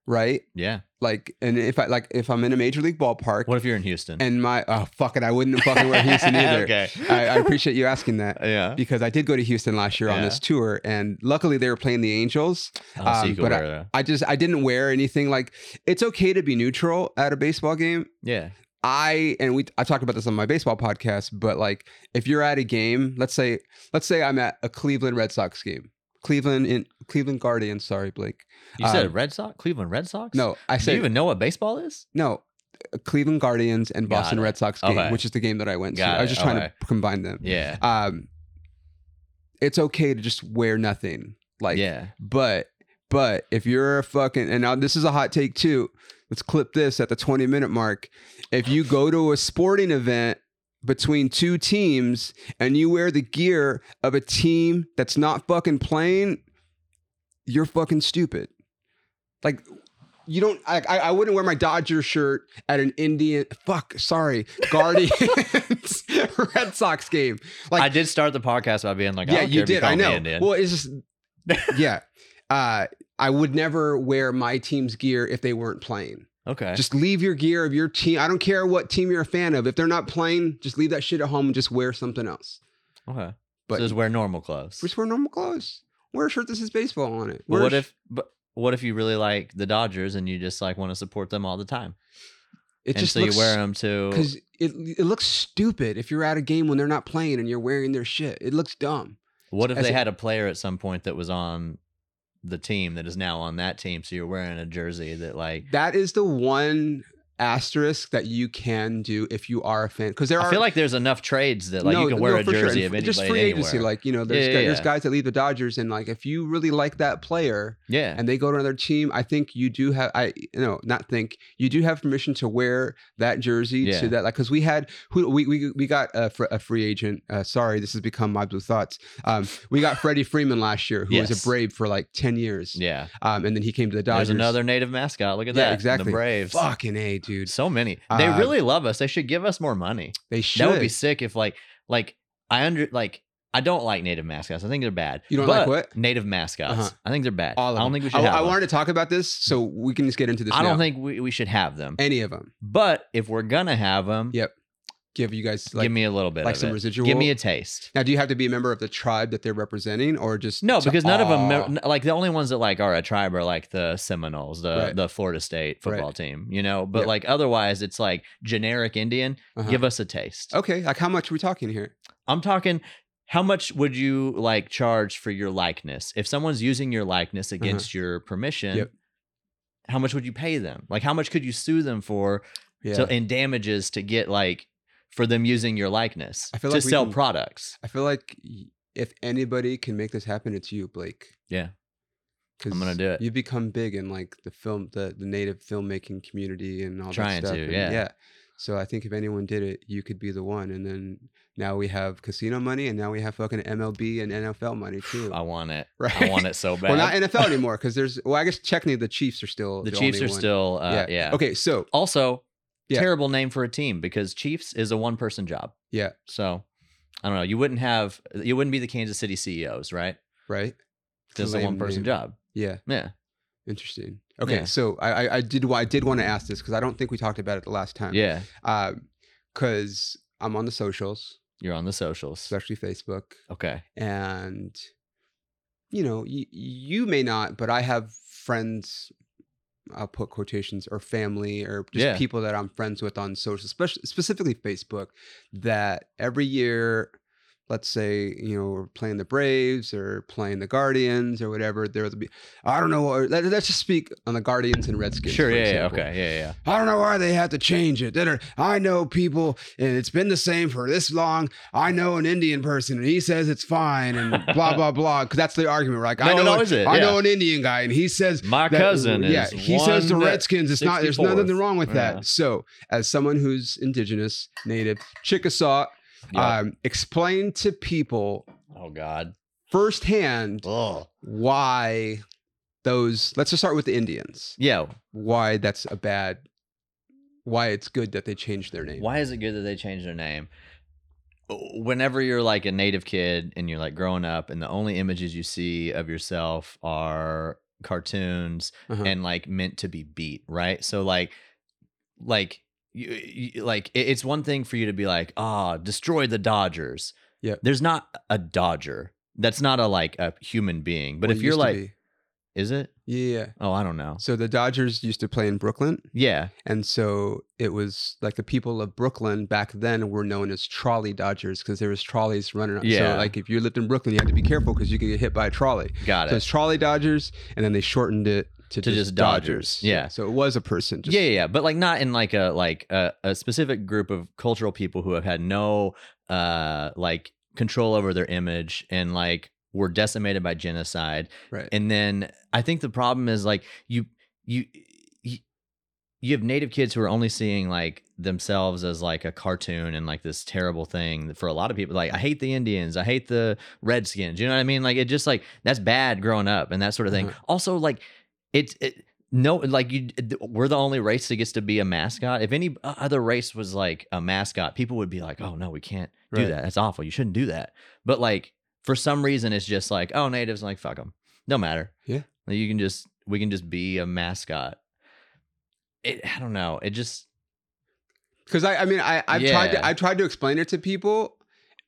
Speaker 1: right,
Speaker 2: yeah,
Speaker 1: like, and if I like, if I'm in a major league ballpark,
Speaker 2: what if you're in Houston?
Speaker 1: and my oh fuck it, I wouldn't fucking wear Houston either.
Speaker 2: okay.
Speaker 1: I, I appreciate you asking that
Speaker 2: yeah.
Speaker 1: because I did go to Houston last year on
Speaker 2: Yeah.
Speaker 1: this tour, and luckily they were playing the Angels.
Speaker 2: Oh, so
Speaker 1: Um,
Speaker 2: you could
Speaker 1: but
Speaker 2: wear that.
Speaker 1: I just I didn't wear anything like it's okay to be neutral at a baseball game.
Speaker 2: Yeah.
Speaker 1: I and we I talked about this on my baseball podcast, but like if you're at a game, let's say let's say I'm at a Cleveland Red Sox game. Cleveland in Cleveland Guardians, sorry, Blake.
Speaker 2: You
Speaker 1: Um,
Speaker 2: said Red Sox, Cleveland Red Sox?
Speaker 1: No, I
Speaker 2: Do
Speaker 1: said
Speaker 2: you even know what baseball is?
Speaker 1: no. uh, Cleveland Guardians and
Speaker 2: Got
Speaker 1: Boston
Speaker 2: it.
Speaker 1: Red Sox game,
Speaker 2: Okay.
Speaker 1: which is the game that I went to.
Speaker 2: Got
Speaker 1: I was
Speaker 2: it.
Speaker 1: just trying
Speaker 2: Okay.
Speaker 1: to combine them.
Speaker 2: Yeah.
Speaker 1: Um it's okay to just wear nothing. Like
Speaker 2: yeah.
Speaker 1: But but if you're a fucking and now this is a hot take too. Let's clip this at the 20 minute mark. If you go to a sporting event between two teams and you wear the gear of a team that's not fucking playing, you're fucking stupid. Like you don't I I I wouldn't wear my Dodger shirt at an Indian fuck, sorry, Guardians Red Sox game. Like
Speaker 2: I did start the podcast by being like, I
Speaker 1: yeah,
Speaker 2: don't
Speaker 1: you
Speaker 2: care if
Speaker 1: did.
Speaker 2: call
Speaker 1: I
Speaker 2: me
Speaker 1: know.
Speaker 2: Indian.
Speaker 1: Well, it's just yeah. Uh, I would never wear my team's gear if they weren't playing.
Speaker 2: okay.
Speaker 1: Just leave your gear of your team. I don't care what team you're a fan of. If they're not playing, just leave that shit at home and just wear something else.
Speaker 2: okay.
Speaker 1: But
Speaker 2: so just wear normal clothes.
Speaker 1: just wear normal clothes. Wear a shirt that says baseball on it.
Speaker 2: But
Speaker 1: Wear a
Speaker 2: what
Speaker 1: sh-
Speaker 2: if but what if you really like the Dodgers and you just like want to support them all the time?
Speaker 1: it
Speaker 2: and
Speaker 1: just
Speaker 2: so
Speaker 1: looks
Speaker 2: you wear them to
Speaker 1: because it it looks stupid if you're at a game when they're not playing and you're wearing their shit. It looks dumb.
Speaker 2: What if
Speaker 1: as
Speaker 2: they
Speaker 1: a-
Speaker 2: had a player at some point that was on the team that is now on that team so you're wearing a jersey that like
Speaker 1: That is the one asterisk that you can do if you are a fan because there are
Speaker 2: I feel like there's enough trades that like you can wear a
Speaker 1: for sure.
Speaker 2: jersey
Speaker 1: And
Speaker 2: of anybody
Speaker 1: just free
Speaker 2: anywhere.
Speaker 1: agency like you know there's,
Speaker 2: Yeah,
Speaker 1: guy-
Speaker 2: yeah,
Speaker 1: there's
Speaker 2: yeah.
Speaker 1: guys that leave the dodgers and like if you really like that player
Speaker 2: yeah,
Speaker 1: and they go to another team i think you do have i you know not think you do have permission to wear that jersey
Speaker 2: Yeah.
Speaker 1: to that like because we had who we we, we got a, fr- a free agent uh, sorry this has become my blue thoughts um we got freddie freeman last year who was
Speaker 2: Yes.
Speaker 1: a brave for like 10 years
Speaker 2: yeah.
Speaker 1: um and then he came to the dodgers
Speaker 2: There's another native mascot. Look at
Speaker 1: Yeah,
Speaker 2: that.
Speaker 1: exactly.
Speaker 2: The Braves.
Speaker 1: fucking a dude
Speaker 2: So many. They
Speaker 1: Uh,
Speaker 2: really love us. They should give us more money.
Speaker 1: they should
Speaker 2: That would be sick if like like I under like I don't like native mascots. I think they're bad.
Speaker 1: You don't like
Speaker 2: But
Speaker 1: what?
Speaker 2: native mascots.
Speaker 1: Uh-huh.
Speaker 2: I think they're bad.
Speaker 1: all of
Speaker 2: I don't
Speaker 1: them.
Speaker 2: think we
Speaker 1: I,
Speaker 2: should have
Speaker 1: I
Speaker 2: them.
Speaker 1: wanted to talk about this so we can just get into this
Speaker 2: I don't
Speaker 1: now.
Speaker 2: think we, we should have them.
Speaker 1: any of them
Speaker 2: But if we're gonna have them,
Speaker 1: Yeah, give you guys like
Speaker 2: give me a little bit
Speaker 1: like
Speaker 2: of
Speaker 1: some
Speaker 2: it.
Speaker 1: residual
Speaker 2: Give me a taste.
Speaker 1: now do you have to be a member of the tribe that they're representing or just
Speaker 2: No,
Speaker 1: to
Speaker 2: because none of
Speaker 1: all-
Speaker 2: them like the only ones that like are a tribe are like the Seminoles, the
Speaker 1: Right.
Speaker 2: the Florida State
Speaker 1: Right.
Speaker 2: football team, you know. But
Speaker 1: Yeah.
Speaker 2: like otherwise, it's like generic Indian.
Speaker 1: Uh-huh.
Speaker 2: Give us a taste.
Speaker 1: okay like how much are we talking here
Speaker 2: I'm talking how much would you like charge for your likeness? If someone's using your likeness against your permission,
Speaker 1: Uh-huh. Yep.
Speaker 2: how much would you pay them? Like how much could you sue them for
Speaker 1: yeah
Speaker 2: to, in damages to get like for them using your likeness
Speaker 1: I feel
Speaker 2: to
Speaker 1: like we
Speaker 2: sell
Speaker 1: can-
Speaker 2: products?
Speaker 1: i feel like y- if anybody can make this happen it's you blake
Speaker 2: Yeah.
Speaker 1: because
Speaker 2: gonna do it.
Speaker 1: you become big in like the film the, the native filmmaking community and all
Speaker 2: Trying
Speaker 1: that stuff
Speaker 2: to,
Speaker 1: and
Speaker 2: yeah.
Speaker 1: so i think if anyone did it you could be the one and then now we have casino money and now we have fucking mlb and nfl money too
Speaker 2: I want it.
Speaker 1: right
Speaker 2: I want it so bad.
Speaker 1: Well, not NFL anymore because there's. Well, I guess technically the Chiefs are still
Speaker 2: the
Speaker 1: the,
Speaker 2: Chiefs
Speaker 1: only
Speaker 2: are
Speaker 1: one.
Speaker 2: still uh, yeah.
Speaker 1: Okay, so
Speaker 2: Also,
Speaker 1: Yeah.
Speaker 2: terrible name for a team because Chiefs is a one person job.
Speaker 1: Yeah.
Speaker 2: So I don't know. You wouldn't have you wouldn't be the Kansas City CEOs, right?
Speaker 1: right, It's
Speaker 2: Just a
Speaker 1: lame
Speaker 2: one person
Speaker 1: name.
Speaker 2: job.
Speaker 1: Yeah,
Speaker 2: Yeah.
Speaker 1: interesting. Okay,
Speaker 2: Yeah.
Speaker 1: so I I- I did wa- I did want to ask this because I don't think we talked about it the last time.
Speaker 2: Yeah.
Speaker 1: because I'm on the socials,
Speaker 2: You're on the socials.
Speaker 1: especially Facebook,
Speaker 2: Okay.
Speaker 1: and you know y- you may not, but I have friends. I'll put quotations or family or just
Speaker 2: Yeah.
Speaker 1: people that I'm friends with on social, especially specifically Facebook, that every year, let's say you know we're playing the Braves or playing the Guardians or whatever, there will be I don't know. Or let, us just speak on the Guardians and Redskins.
Speaker 2: Sure.
Speaker 1: for
Speaker 2: Yeah, yeah.
Speaker 1: example.
Speaker 2: Okay. Yeah. Yeah.
Speaker 1: I don't know why they had to change it. Da-da. I know people, and it's been the same for this long. I know an Indian person, and he says it's fine, and blah blah blah. Because that's the argument, right? I
Speaker 2: No,
Speaker 1: know,
Speaker 2: no, is it?
Speaker 1: I know
Speaker 2: Yeah.
Speaker 1: an Indian guy, and he says
Speaker 2: My
Speaker 1: that-
Speaker 2: cousin
Speaker 1: Yeah,
Speaker 2: is.
Speaker 1: he says the
Speaker 2: one-
Speaker 1: Redskins. It's not. There's
Speaker 2: 64th.
Speaker 1: nothing wrong with
Speaker 2: Yeah.
Speaker 1: that. So, as someone who's indigenous, native, Chickasaw,
Speaker 2: Yeah.
Speaker 1: um, explain to people
Speaker 2: oh God.
Speaker 1: firsthand
Speaker 2: Oh.
Speaker 1: why those. Let's just start with the Indians
Speaker 2: Yeah.
Speaker 1: why that's a bad why it's good that they changed their name.
Speaker 2: Why is it good that they changed their name? Uh, Whenever you're like a native kid and you're like growing up, and the only images you see of yourself are cartoons
Speaker 1: Uh-huh.
Speaker 2: and like meant to be beat, right? So like, like. You, you, like it- it's one thing for you to be like, ah, destroy the Dodgers.
Speaker 1: Yep.
Speaker 2: There's not a Dodger. That's not a like a human being. But
Speaker 1: Well, it
Speaker 2: if you're
Speaker 1: used to
Speaker 2: like,
Speaker 1: be.
Speaker 2: is it?
Speaker 1: yeah, yeah.
Speaker 2: Oh, I don't know.
Speaker 1: So the Dodgers used to play in Brooklyn,
Speaker 2: Yeah.
Speaker 1: and so it was like the people of Brooklyn back then were known as trolley Dodgers because there was trolleys running. Up.
Speaker 2: Yeah.
Speaker 1: So like if you lived in Brooklyn, you had to be careful because you could get hit by a trolley.
Speaker 2: Got
Speaker 1: So
Speaker 2: it.
Speaker 1: it's trolley Dodgers, and then they shortened it to,
Speaker 2: To
Speaker 1: just,
Speaker 2: just Dodgers, yeah.
Speaker 1: So it was a person. Just,
Speaker 2: yeah, yeah, yeah, but like not in like a like a, a specific group of cultural people who have had no uh like control over their image and like were decimated by genocide.
Speaker 1: Right.
Speaker 2: And then I think the problem is like you you you, you have native kids who are only seeing like themselves as like a cartoon and like this terrible thing for a lot of people like I hate the Indians, I hate the Redskins. You know what I mean? Like it just like that's bad growing up and that sort of thing.
Speaker 1: Uh-huh.
Speaker 2: Also like it's it, no like you th- we're the only race that gets to be a mascot. If any uh, other race was like a mascot, people would be like, "Oh no, we can't do
Speaker 1: Right.
Speaker 2: that. That's awful. You shouldn't do that." But like for some reason it's just like, "Oh, natives like fuck them. No matter."
Speaker 1: Yeah.
Speaker 2: Like, you can just we can just be a mascot. It I don't know. It just
Speaker 1: Because I, I mean, I, I've tried
Speaker 2: Yeah.
Speaker 1: to, I tried to explain it to people,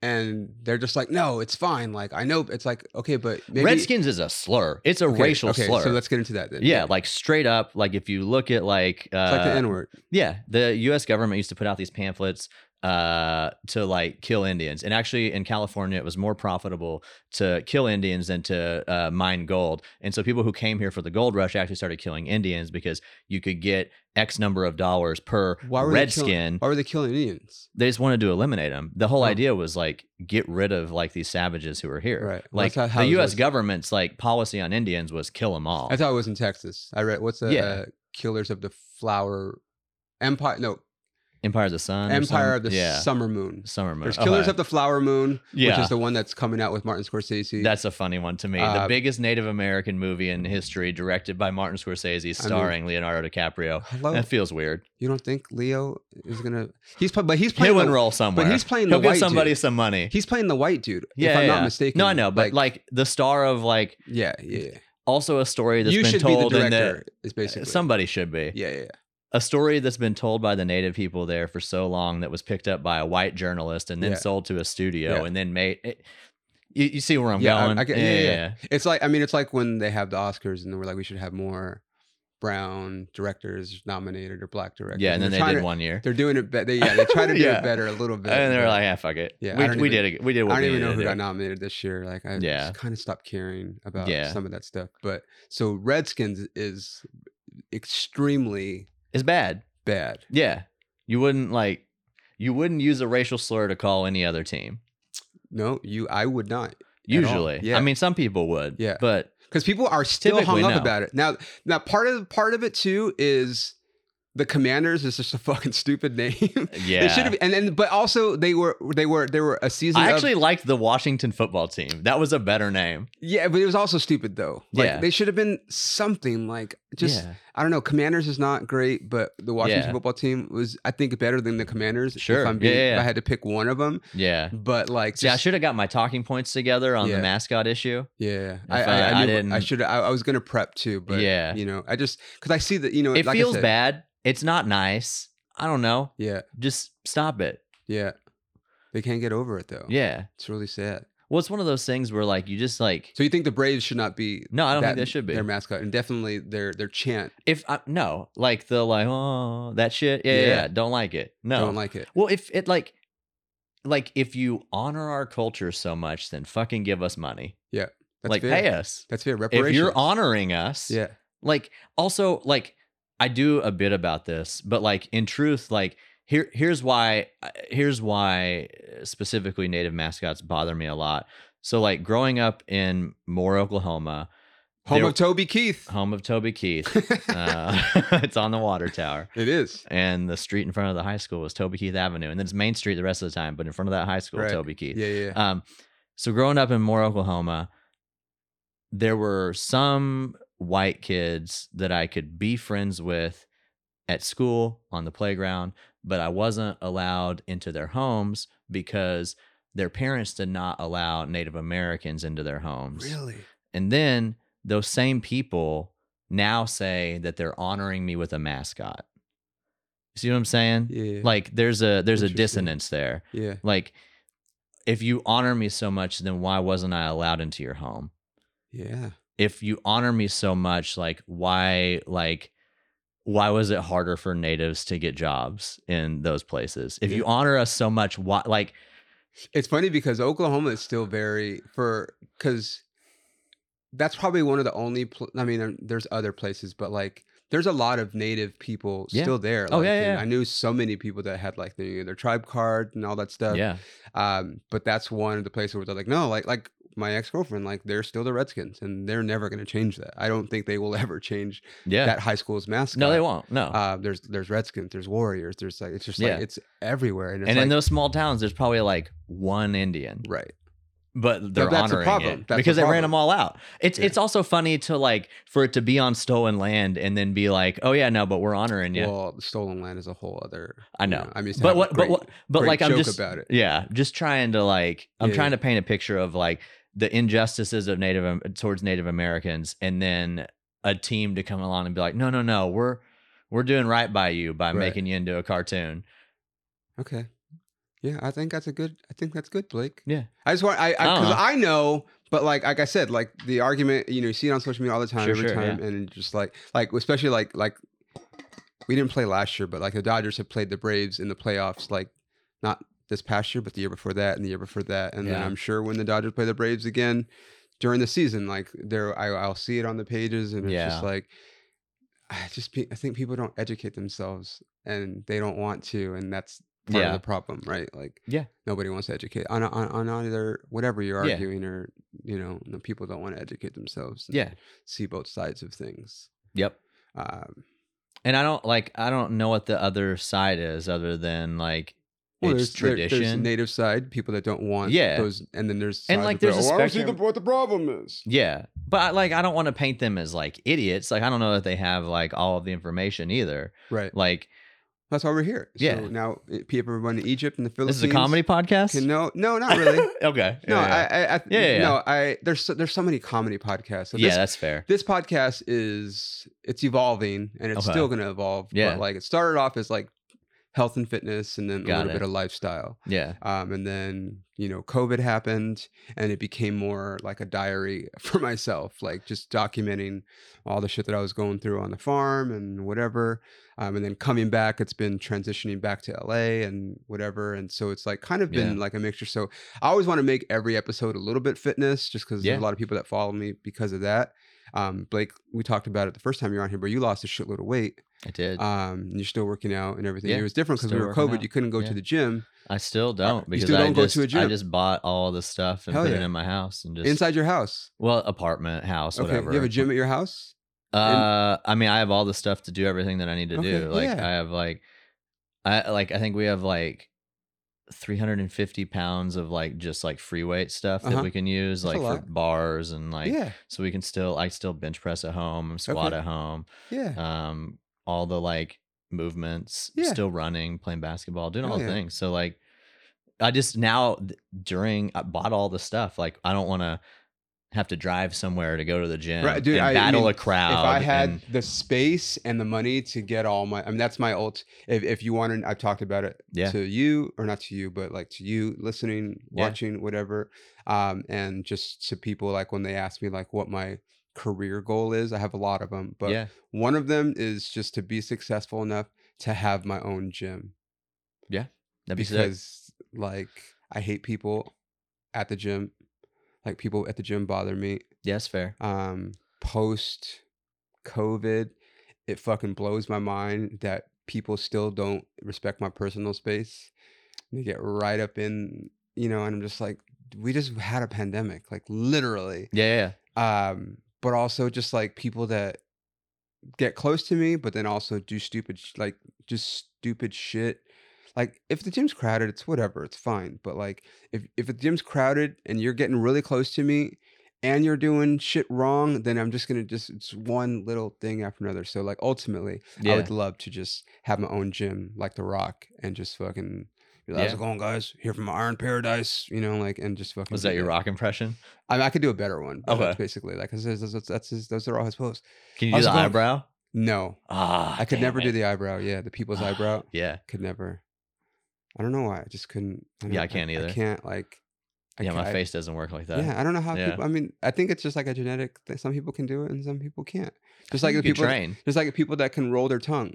Speaker 1: and they're just like, "No, it's fine." Like I know it's like okay, but maybe
Speaker 2: Redskins is a slur. It's a
Speaker 1: Okay,
Speaker 2: racial
Speaker 1: okay,
Speaker 2: slur.
Speaker 1: So let's get into that then.
Speaker 2: yeah, like straight up, like if you look at like uh,
Speaker 1: it's like the N word.
Speaker 2: Yeah, the U.S. government used to put out these pamphlets uh to like kill indians and actually in california it was more profitable to kill indians than to uh, mine gold and so people who came here for the gold rush actually started killing indians because you could get x number of dollars per
Speaker 1: Why were they killing-
Speaker 2: redskin
Speaker 1: Why were they killing Indians?
Speaker 2: they just wanted to eliminate them the whole
Speaker 1: Oh.
Speaker 2: idea was like get rid of like these savages who are here
Speaker 1: Right. Well,
Speaker 2: like
Speaker 1: that's how- how
Speaker 2: the
Speaker 1: it
Speaker 2: us
Speaker 1: was.
Speaker 2: government's like policy on indians was kill them all
Speaker 1: I thought it was in Texas. I read what's the
Speaker 2: Yeah.
Speaker 1: uh, Killers of the Flower Empire? No,
Speaker 2: empire of the sun or
Speaker 1: Empire of the
Speaker 2: something? yeah
Speaker 1: Summer Moon.
Speaker 2: summer moon
Speaker 1: There's Killers
Speaker 2: Okay.
Speaker 1: of the Flower Moon,
Speaker 2: yeah
Speaker 1: which is the one that's coming out with Martin Scorsese.
Speaker 2: That's a funny one to me. the
Speaker 1: Uh,
Speaker 2: biggest Native American movie in history, directed by Martin Scorsese, starring Leonardo DiCaprio.
Speaker 1: hello.
Speaker 2: That feels weird.
Speaker 1: you don't think Leo is gonna? He's pl- but he's
Speaker 2: He
Speaker 1: playing
Speaker 2: would
Speaker 1: the,
Speaker 2: roll somewhere.
Speaker 1: but he's playing
Speaker 2: He'll
Speaker 1: the
Speaker 2: give
Speaker 1: white
Speaker 2: somebody
Speaker 1: dude.
Speaker 2: some money.
Speaker 1: He's playing the white dude.
Speaker 2: Yeah,
Speaker 1: if I'm
Speaker 2: yeah.
Speaker 1: not mistaken.
Speaker 2: no, I know, but like, the star of like
Speaker 1: yeah, yeah.
Speaker 2: also a story that's
Speaker 1: You
Speaker 2: been
Speaker 1: should be the
Speaker 2: told uh, and
Speaker 1: director.
Speaker 2: that
Speaker 1: Is basically
Speaker 2: somebody should be
Speaker 1: Yeah, yeah, yeah.
Speaker 2: a story that's been told by the native people there for so long that was picked up by a white journalist and then
Speaker 1: Yeah.
Speaker 2: sold to a studio
Speaker 1: Yeah.
Speaker 2: and then made. It, you, you see where I'm
Speaker 1: Yeah, I-
Speaker 2: going?
Speaker 1: I get- yeah, yeah, yeah. It's like I mean, it's like when they have the Oscars and we're like, we should have more brown directors nominated or black directors.
Speaker 2: Yeah, and then
Speaker 1: they're
Speaker 2: they
Speaker 1: trying
Speaker 2: did
Speaker 1: to-
Speaker 2: one year.
Speaker 1: They're doing it. Be- they, yeah, they try to do
Speaker 2: Yeah.
Speaker 1: it better a little bit.
Speaker 2: and they were
Speaker 1: but
Speaker 2: like, "Yeah, fuck it.
Speaker 1: Yeah, I
Speaker 2: we,
Speaker 1: don't
Speaker 2: we
Speaker 1: even-
Speaker 2: did it. We did what
Speaker 1: I don't
Speaker 2: we
Speaker 1: even know
Speaker 2: needed
Speaker 1: who
Speaker 2: to
Speaker 1: got
Speaker 2: do.
Speaker 1: nominated this year. Like, I
Speaker 2: Yeah.
Speaker 1: just kind of stopped caring about
Speaker 2: Yeah.
Speaker 1: some of that stuff. But so Redskins is extremely
Speaker 2: It's bad.
Speaker 1: bad.
Speaker 2: Yeah, you wouldn't like, you wouldn't use a racial slur to call any other team.
Speaker 1: No, you, I would not. all.
Speaker 2: Usually,
Speaker 1: Yeah.
Speaker 2: I mean, some people would.
Speaker 1: Yeah.
Speaker 2: but
Speaker 1: because people are still
Speaker 2: Typically,
Speaker 1: hung up
Speaker 2: no.
Speaker 1: about it. Now, now part of part of it too is the Commanders is just a fucking stupid name.
Speaker 2: yeah,
Speaker 1: they should have, and then but also they were they were they were a season.
Speaker 2: I
Speaker 1: of-
Speaker 2: actually liked the Washington football team. That was a better name.
Speaker 1: yeah, but it was also stupid though. Like,
Speaker 2: Yeah.
Speaker 1: they should have been something like just
Speaker 2: yeah.
Speaker 1: I don't know. Commanders is not great, but the Washington
Speaker 2: Yeah.
Speaker 1: football team was I think better than the Commanders.
Speaker 2: Sure.
Speaker 1: if, I'm
Speaker 2: Yeah,
Speaker 1: being,
Speaker 2: yeah, yeah.
Speaker 1: if I had to pick one of them,
Speaker 2: yeah.
Speaker 1: but like
Speaker 2: See, I
Speaker 1: just-
Speaker 2: should have got my talking points together on
Speaker 1: Yeah.
Speaker 2: the mascot issue.
Speaker 1: yeah,
Speaker 2: If I- I
Speaker 1: knew- I
Speaker 2: didn't-
Speaker 1: should. I, I was gonna prep too, but
Speaker 2: Yeah.
Speaker 1: you know, I just because I see that you know
Speaker 2: It
Speaker 1: like I
Speaker 2: feels
Speaker 1: said-
Speaker 2: bad. It's not nice. I don't know.
Speaker 1: Yeah,
Speaker 2: Just stop it.
Speaker 1: Yeah. They can't get over it though.
Speaker 2: Yeah.
Speaker 1: It's really sad.
Speaker 2: Well, it's one of those things where like you just like
Speaker 1: So you think the Braves should not be
Speaker 2: no, I don't
Speaker 1: that-
Speaker 2: think that should be
Speaker 1: their mascot and definitely their their chant.
Speaker 2: If I, no, like the like oh that shit, yeah, yeah,
Speaker 1: Yeah.
Speaker 2: yeah, don't like it. No,
Speaker 1: Don't like it.
Speaker 2: well, if it like, like if you honor our culture so much, then fucking give us money.
Speaker 1: That's
Speaker 2: like
Speaker 1: fair.
Speaker 2: pay us.
Speaker 1: That's fair. Reparations.
Speaker 2: If you're honoring us,
Speaker 1: Yeah.
Speaker 2: Like also like I do a bit about this, but like in truth, like here here's why uh, here's why uh, specifically native mascots bother me a lot. So like growing up in Moore, Oklahoma,
Speaker 1: Home
Speaker 2: there-
Speaker 1: of Toby Keith.
Speaker 2: home of Toby Keith, uh, it's on the water tower
Speaker 1: it is.
Speaker 2: and the street in front of the high school was Toby Keith Avenue, and then it's Main Street the rest of the time, but in front of that high school,
Speaker 1: Right.
Speaker 2: Toby Keith.
Speaker 1: Yeah, yeah.
Speaker 2: Um, so growing up in Moore, Oklahoma, there were some white kids that I could be friends with at school on the playground, but I wasn't allowed into their homes because their parents did not allow Native Americans into their homes.
Speaker 1: really?
Speaker 2: And then those same people now say that they're honoring me with a mascot. See what I'm saying?
Speaker 1: Yeah.
Speaker 2: Like there's a there's a
Speaker 1: Interesting.
Speaker 2: dissonance there.
Speaker 1: yeah.
Speaker 2: Like if you honor me so much, then why wasn't I allowed into your home?
Speaker 1: Yeah.
Speaker 2: If you honor me so much, like why like why was it harder for natives to get jobs in those places? If
Speaker 1: Yeah.
Speaker 2: you honor us so much, why like
Speaker 1: It's funny because Oklahoma is still very for because that's probably one of the only. Pl- I mean, there- there's other places, but like there's a lot of Native people
Speaker 2: Yeah.
Speaker 1: still there.
Speaker 2: Oh,
Speaker 1: like,
Speaker 2: yeah,
Speaker 1: and
Speaker 2: yeah, yeah.
Speaker 1: I knew so many people that had like their, their tribe card and all that stuff.
Speaker 2: yeah.
Speaker 1: Um, but that's one of the places where they're like, no, like like my ex girlfriend, like they're still the Redskins, and they're never going to change that. I don't think they will ever change
Speaker 2: Yeah.
Speaker 1: that high school's mascot.
Speaker 2: no, they won't. No.
Speaker 1: Uh, there's there's Redskins, there's Warriors, there's like it's just
Speaker 2: Yeah.
Speaker 1: like it's everywhere, and it's
Speaker 2: and
Speaker 1: like,
Speaker 2: in those small towns, there's probably like one Indian.
Speaker 1: right,
Speaker 2: but they're
Speaker 1: that's a
Speaker 2: honoring
Speaker 1: problem.
Speaker 2: it
Speaker 1: That's a
Speaker 2: because they ran
Speaker 1: problem.
Speaker 2: them all out. It's
Speaker 1: Yeah.
Speaker 2: it's also funny to like for it to be on stolen land and then be like, oh yeah, no, but we're honoring you.
Speaker 1: well, stolen land is a whole other.
Speaker 2: I
Speaker 1: you
Speaker 2: know.
Speaker 1: I mean, it's to
Speaker 2: but
Speaker 1: have a
Speaker 2: what, but
Speaker 1: great-
Speaker 2: what, but
Speaker 1: great
Speaker 2: like I'm
Speaker 1: joke
Speaker 2: just
Speaker 1: about it.
Speaker 2: yeah, just trying to like I'm
Speaker 1: Yeah.
Speaker 2: trying to paint a picture of like the injustices of Native Am- towards Native Americans, and then a team to come along and be like, no, no, no, we're we're doing right by you by
Speaker 1: Right.
Speaker 2: making you into a cartoon.
Speaker 1: Okay. Yeah, I think that's a good. I think that's good, Blake.
Speaker 2: Yeah.
Speaker 1: I just want I
Speaker 2: I don't
Speaker 1: because
Speaker 2: know.
Speaker 1: I, know, but like like I said, like the argument, you know, you see it on social media all the time,
Speaker 2: Sure,
Speaker 1: every
Speaker 2: sure,
Speaker 1: time, and just like like especially like like we didn't play last year, but like the Dodgers have played the Braves in the playoffs like not this past year, but the year before that, and the year before that, and then
Speaker 2: Yeah.
Speaker 1: I'm sure when the Dodgers play the Braves again during the season, like there, I, I'll see it on the pages, and it's
Speaker 2: Yeah.
Speaker 1: just like, I just, pe- I think people don't educate themselves, and they don't want to, and that's part
Speaker 2: Yeah.
Speaker 1: of the problem, right? Like,
Speaker 2: Yeah.
Speaker 1: nobody wants to educate on on on either whatever you're
Speaker 2: Yeah.
Speaker 1: arguing, or you know, no, people don't want to educate themselves, and
Speaker 2: Yeah.
Speaker 1: see both sides of things.
Speaker 2: Yep.
Speaker 1: Um,
Speaker 2: And I don't like I don't know what the other side is other than like
Speaker 1: well,
Speaker 2: it's
Speaker 1: there's, there- there's
Speaker 2: tradition.
Speaker 1: native side people that don't want
Speaker 2: Yeah.
Speaker 1: those, and then there's
Speaker 2: And,
Speaker 1: sides
Speaker 2: like,
Speaker 1: that go,
Speaker 2: there's a
Speaker 1: "Oh, I don't see the,
Speaker 2: spectrum."
Speaker 1: what the problem is.
Speaker 2: yeah. But I, like I don't want to paint them as like idiots. Like I don't know that they have like all of the information either.
Speaker 1: Right.
Speaker 2: Like
Speaker 1: That's why we're here.
Speaker 2: Yeah.
Speaker 1: So now eh, people are going to Egypt and the
Speaker 2: this
Speaker 1: Philippines.
Speaker 2: is a comedy podcast?
Speaker 1: Can, no, no, not really. no,
Speaker 2: okay. yeah, yeah.
Speaker 1: I, I, I
Speaker 2: Yeah, yeah, yeah.
Speaker 1: no, I. There's so, there's so many comedy podcasts. So
Speaker 2: yeah,
Speaker 1: this,
Speaker 2: that's fair.
Speaker 1: this podcast is it's evolving and it's
Speaker 2: Okay.
Speaker 1: still going to evolve.
Speaker 2: Yeah.
Speaker 1: But like it started off as like health and fitness, and then a
Speaker 2: Got
Speaker 1: little
Speaker 2: it.
Speaker 1: bit of lifestyle.
Speaker 2: Yeah.
Speaker 1: Um, and then you know COVID happened, and it became more like a diary for myself, like just documenting all the shit that I was going through on the farm and whatever. Um, and then coming back, it's been transitioning back to LA and whatever. And so it's like kind of been like a mixture. So I always want to make every episode a little bit fitness, just because there's
Speaker 2: Yeah.
Speaker 1: a lot of people that follow me because of that. Um, Blake, we talked about it the first time you were on here, but you lost a shitload of weight.
Speaker 2: I did.
Speaker 1: Um, and you're still working out and everything.
Speaker 2: Yeah,
Speaker 1: It was different because we
Speaker 2: still
Speaker 1: were
Speaker 2: working
Speaker 1: COVID.
Speaker 2: out.
Speaker 1: You couldn't go
Speaker 2: Yeah.
Speaker 1: to the gym.
Speaker 2: I still don't
Speaker 1: you
Speaker 2: because
Speaker 1: still
Speaker 2: I
Speaker 1: don't go to
Speaker 2: just
Speaker 1: a
Speaker 2: I
Speaker 1: gym?
Speaker 2: just bought all the stuff and
Speaker 1: Hell
Speaker 2: put it
Speaker 1: yeah.
Speaker 2: in my house and just
Speaker 1: Inside your house.
Speaker 2: well apartment house whatever.
Speaker 1: You have a gym at your house?
Speaker 2: Uh, I mean, I have all the stuff to do everything that I need to
Speaker 1: Okay,
Speaker 2: do. Like
Speaker 1: yeah.
Speaker 2: I have like, I like I think we have like. 350 pounds of like just like free weight stuff that
Speaker 1: Uh-huh.
Speaker 2: we can use
Speaker 1: That's a
Speaker 2: like for
Speaker 1: lot.
Speaker 2: bars and like
Speaker 1: yeah.
Speaker 2: so we can still I still bench press at home and squat
Speaker 1: Okay.
Speaker 2: at home
Speaker 1: Yeah.
Speaker 2: um all the like movements
Speaker 1: Yeah.
Speaker 2: still running playing basketball doing all
Speaker 1: Oh,
Speaker 2: the
Speaker 1: yeah.
Speaker 2: things so like i just now th- during i bought all the stuff like i don't want to have to drive somewhere to go to the gym
Speaker 1: Right, dude,
Speaker 2: and
Speaker 1: I
Speaker 2: battle
Speaker 1: mean,
Speaker 2: a crowd
Speaker 1: if I had
Speaker 2: and-
Speaker 1: the space and the money to get all my, I mean, that's my ult. If, if you wanted, I've talked about it
Speaker 2: Yeah.
Speaker 1: to you, or not to you, but like to you listening,
Speaker 2: Yeah.
Speaker 1: watching, whatever. Um, and just to people, like when they ask me, like, what my career goal is, I have a lot of them, but
Speaker 2: yeah
Speaker 1: one of them is just to be successful enough to have my own gym
Speaker 2: that'd be sick.
Speaker 1: because, like, I hate people at the gym. Like, people at the gym bother me
Speaker 2: yeah that's fair
Speaker 1: um, post COVID, it fucking blows my mind that people still don't respect my personal space. They get right up in, you know, and I'm just like, we just had a pandemic, like literally.
Speaker 2: yeah yeah, yeah
Speaker 1: Um, but also just like people that get close to me, but then also do stupid, sh- like just stupid shit. Like if the gym's crowded, it's whatever, it's fine. But like if if the gym's crowded and you're getting really close to me, and you're doing shit wrong, then I'm just gonna just it's one little thing after another. So like ultimately, I
Speaker 2: yeah
Speaker 1: would love to just have my own gym like The Rock and just fucking. be like, How's
Speaker 2: Yeah.
Speaker 1: it going, guys? Here from Iron Paradise, you know, like, and just fucking.
Speaker 2: was
Speaker 1: do
Speaker 2: that your rock impression
Speaker 1: I mean, I could do a better one. But
Speaker 2: Okay.
Speaker 1: That's basically like 'cause that's, that's, that's his, those are all his posts.
Speaker 2: can you do
Speaker 1: How's
Speaker 2: the
Speaker 1: it going?
Speaker 2: eyebrow
Speaker 1: No,
Speaker 2: ah
Speaker 1: I could
Speaker 2: damn
Speaker 1: never
Speaker 2: it. Ah.
Speaker 1: do the eyebrow. Yeah, the people's eyebrow
Speaker 2: yeah
Speaker 1: could never. I don't know why. I just couldn't. don't-
Speaker 2: Yeah, I can't either.
Speaker 1: I can't like.
Speaker 2: yeah my
Speaker 1: ca-
Speaker 2: face doesn't work like that
Speaker 1: Yeah, I don't know how
Speaker 2: Yeah.
Speaker 1: people. I mean, I think it's just like a genetic thing. Some people can do it and some people can't. Just like
Speaker 2: you
Speaker 1: the
Speaker 2: could
Speaker 1: people.
Speaker 2: train
Speaker 1: Just like the people that can roll their tongue.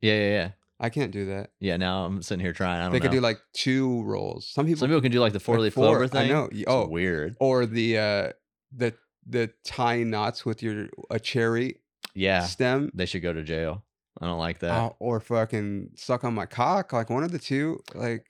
Speaker 2: yeah yeah yeah
Speaker 1: I can't do that.
Speaker 2: yeah now i'm sitting here trying i don't
Speaker 1: They
Speaker 2: know
Speaker 1: could do like two rolls. Some people.
Speaker 2: some people can do like the four leaf
Speaker 1: four,
Speaker 2: clover
Speaker 1: I
Speaker 2: thing
Speaker 1: know.
Speaker 2: It's
Speaker 1: Oh.
Speaker 2: weird
Speaker 1: or the uh the the tying knots with your a cherry
Speaker 2: Yeah,
Speaker 1: stem.
Speaker 2: they should go to jail. I don't like that.
Speaker 1: Uh, or fucking suck on my cock, like one of the two. Like